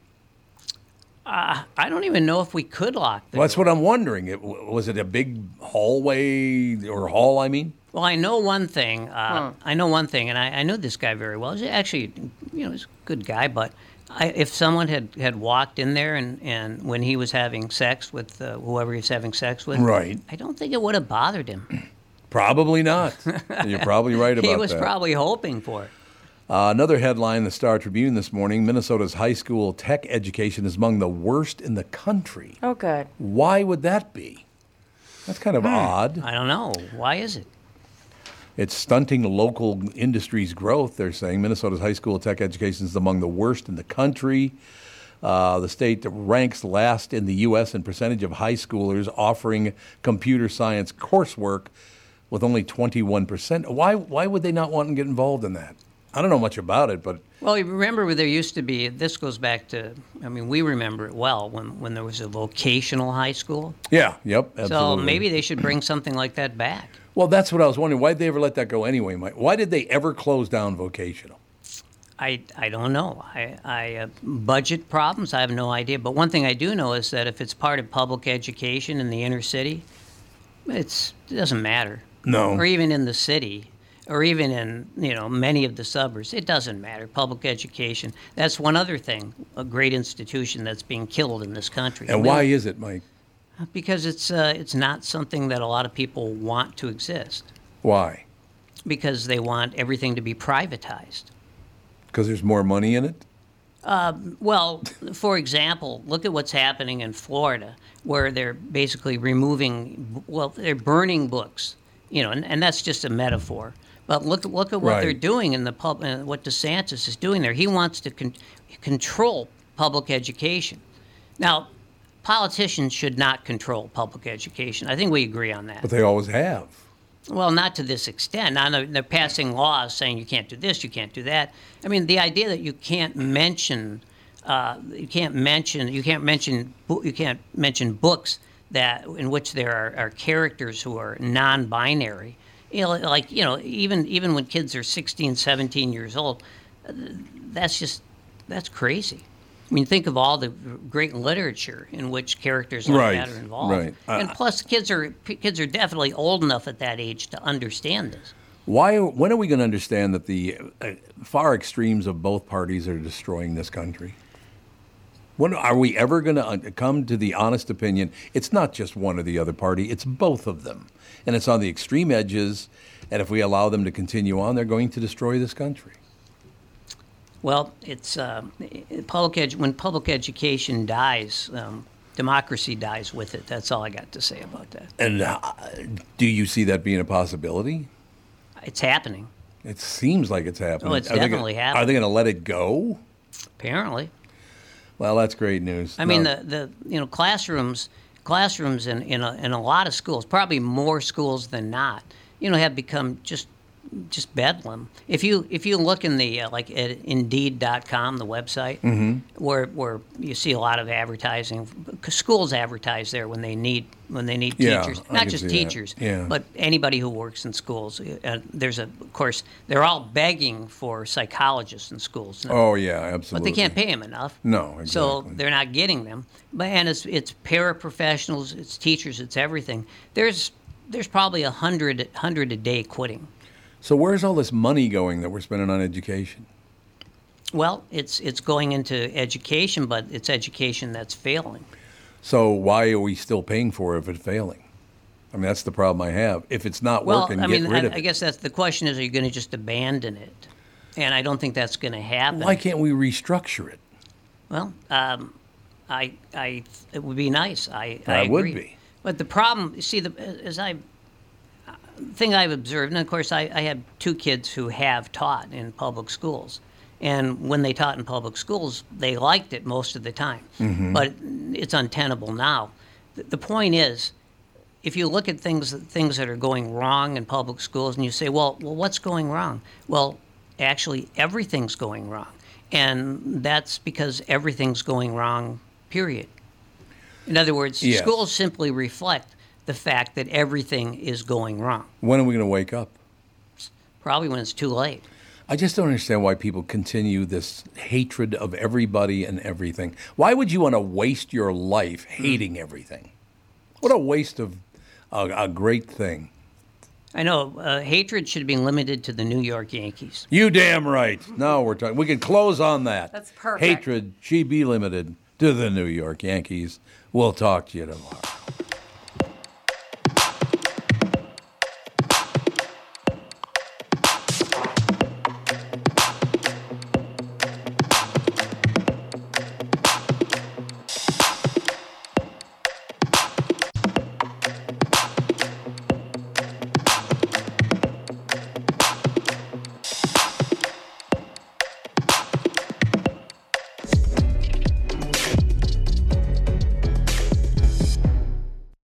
Speaker 3: I don't even know if we could lock the
Speaker 2: Well, that's
Speaker 3: door.
Speaker 2: what I'm wondering. It, was it a big hallway or hall? I mean,
Speaker 3: Well, I know one thing. Uh, I know one thing, and I, I know this guy very well. He's actually, you know, he's a good guy. But I, if someone had, had walked in there and, and when he was having sex with uh, whoever he was having sex with,
Speaker 2: Right.
Speaker 3: I don't think it would have bothered him.
Speaker 2: probably not. You're probably right about
Speaker 3: he was
Speaker 2: that.
Speaker 3: probably hoping for it.
Speaker 2: Uh, another headline in the Star Tribune this morning: Minnesota's high school tech education is among the worst in the country.
Speaker 5: Oh good.
Speaker 2: Why would that be? That's kind of odd.
Speaker 3: I don't know. Why is it?
Speaker 2: It's stunting local industries' growth, they're saying. Minnesota's high school tech education is among the worst in the country. Uh, the state that ranks last in the U.S. in percentage of high schoolers offering computer science coursework with only 21%. Why, why would they not want to get involved in that? I don't know much about it, but
Speaker 3: Well, you remember where there used to be, this goes back to, I mean, we remember it well when, when there was a vocational high school.
Speaker 2: yeah, yep, absolutely.
Speaker 3: So maybe they should bring something like that back.
Speaker 2: Well, that's what I was wondering. Why'd they ever let that go anyway, Mike? Why did they ever close down vocational?
Speaker 3: I, I don't know. I, I uh, budget problems. I have no idea. But one thing I do know is that if it's part of public education in the inner city, it's it doesn't matter.
Speaker 2: No.
Speaker 3: Or even in the city, or even in you know many of the suburbs, it doesn't matter. Public education. That's one other thing. A great institution that's being killed in this country.
Speaker 2: And
Speaker 3: We
Speaker 2: why
Speaker 3: don't-
Speaker 2: is it, Mike?
Speaker 3: Because it's uh, it's not something that a lot of people want to exist
Speaker 2: Why?
Speaker 3: because they want everything to be privatized.
Speaker 2: Because there's more money in it?
Speaker 3: Um, well, for example, look at what's happening in Florida, where they're basically removing, well, they're burning books, you know, and, and that's just a metaphor. But look, look at what they're
Speaker 11: Right.
Speaker 3: doing in the pub, uh, what DeSantis is doing there. He wants to con- control public education. Now, politicians should not control public education. I think we agree on that.
Speaker 2: But they always have.
Speaker 3: Well, not to this extent. Now they're, they're passing laws saying you can't do this, you can't do that. I mean, the idea that you can't mention, uh, you can't mention, you can't mention, bo- you can't mention books that in which there are, are characters who are non-binary. You know, like you know, even even when kids are 16, 17 years old, uh, that's just that's crazy. I mean, think of all the great literature in which characters like
Speaker 2: Right,
Speaker 3: that are involved.
Speaker 2: right.
Speaker 3: and
Speaker 2: Uh,
Speaker 3: plus, kids are kids are definitely old enough at that age to understand this.
Speaker 2: Why? When are we going to understand that the uh, far extremes of both parties are destroying this country? When are we ever going to uh, come to the honest opinion? It's not just one or the other party; it's both of them, and it's on the extreme edges. And if we allow them to continue on, they're going to destroy this country.
Speaker 3: Well, it's uh, public edu- when public education dies, um, democracy dies with it. That's all I got to say about that.
Speaker 2: And uh, do you see that being a possibility?
Speaker 3: It's happening.
Speaker 2: It seems like it's happening.
Speaker 3: Oh, it's
Speaker 2: they gonna-
Speaker 3: definitely
Speaker 2: Are they
Speaker 3: happening.
Speaker 2: going to let it go?
Speaker 3: Apparently.
Speaker 2: Well, that's great news.
Speaker 3: I mean, the, the you know classrooms classrooms in in a, in a lot of schools, probably more schools than not, you know, have become just just bedlam. If you if you look in the uh, like at Indeed.com, the website,
Speaker 11: Mhm.
Speaker 3: where where you see a lot of advertising, 'cause schools advertise there when they need when they need
Speaker 11: Yeah,
Speaker 3: teachers,
Speaker 11: I
Speaker 3: not
Speaker 11: can
Speaker 3: just
Speaker 11: see that.
Speaker 3: teachers,
Speaker 11: Yeah.
Speaker 3: but anybody who works in schools. Uh, there's a of course they're all begging for psychologists in schools. now.
Speaker 2: Oh, yeah, absolutely.
Speaker 3: But they can't pay them enough.
Speaker 2: No, exactly.
Speaker 3: So they're not getting them. But and it's it's paraprofessionals, it's teachers, it's everything. There's there's probably a hundred hundred a day quitting.
Speaker 2: So where's all this money going that we're spending on education?
Speaker 3: Well, it's it's going into education, but it's education that's failing.
Speaker 2: So why are we still paying for it if it's failing? I mean, that's the problem I have. If it's not
Speaker 3: Well,
Speaker 2: working,
Speaker 3: I
Speaker 2: get
Speaker 3: mean,
Speaker 2: rid
Speaker 3: I,
Speaker 2: of
Speaker 3: I
Speaker 2: it.
Speaker 3: guess that's the question: is are you going to just abandon it? And I don't think that's going to happen.
Speaker 2: Why can't we restructure it?
Speaker 3: Well, um, I, I, it would be nice. I, I
Speaker 2: That would
Speaker 3: agree.
Speaker 2: be.
Speaker 3: But the problem, you see, the as I thing I've observed, and of course, I, I have two kids who have taught in public schools, and when they taught in public schools, they liked it most of the time.
Speaker 2: Mm-hmm.
Speaker 11: Mhm.
Speaker 3: But it's untenable now. The, the point is. If you look at things things that are going wrong in public schools, and you say, "Well, well, what's going wrong?" Well, actually, everything's going wrong. And that's because everything's going wrong, period. In other words,
Speaker 2: Yes.
Speaker 3: schools simply reflect the fact that everything is going wrong,
Speaker 2: When are we going to wake up?
Speaker 3: probably when it's too late.
Speaker 2: I just don't understand why people continue this hatred of everybody and everything. Why would you want to waste your life hating everything? What a waste of a, a great thing.
Speaker 3: I know uh, hatred should be limited to the New York Yankees.
Speaker 2: You damn right. Now we're talking. We can close on that.
Speaker 3: That's perfect.
Speaker 2: Hatred, she be limited to the New York Yankees. We'll talk to you tomorrow.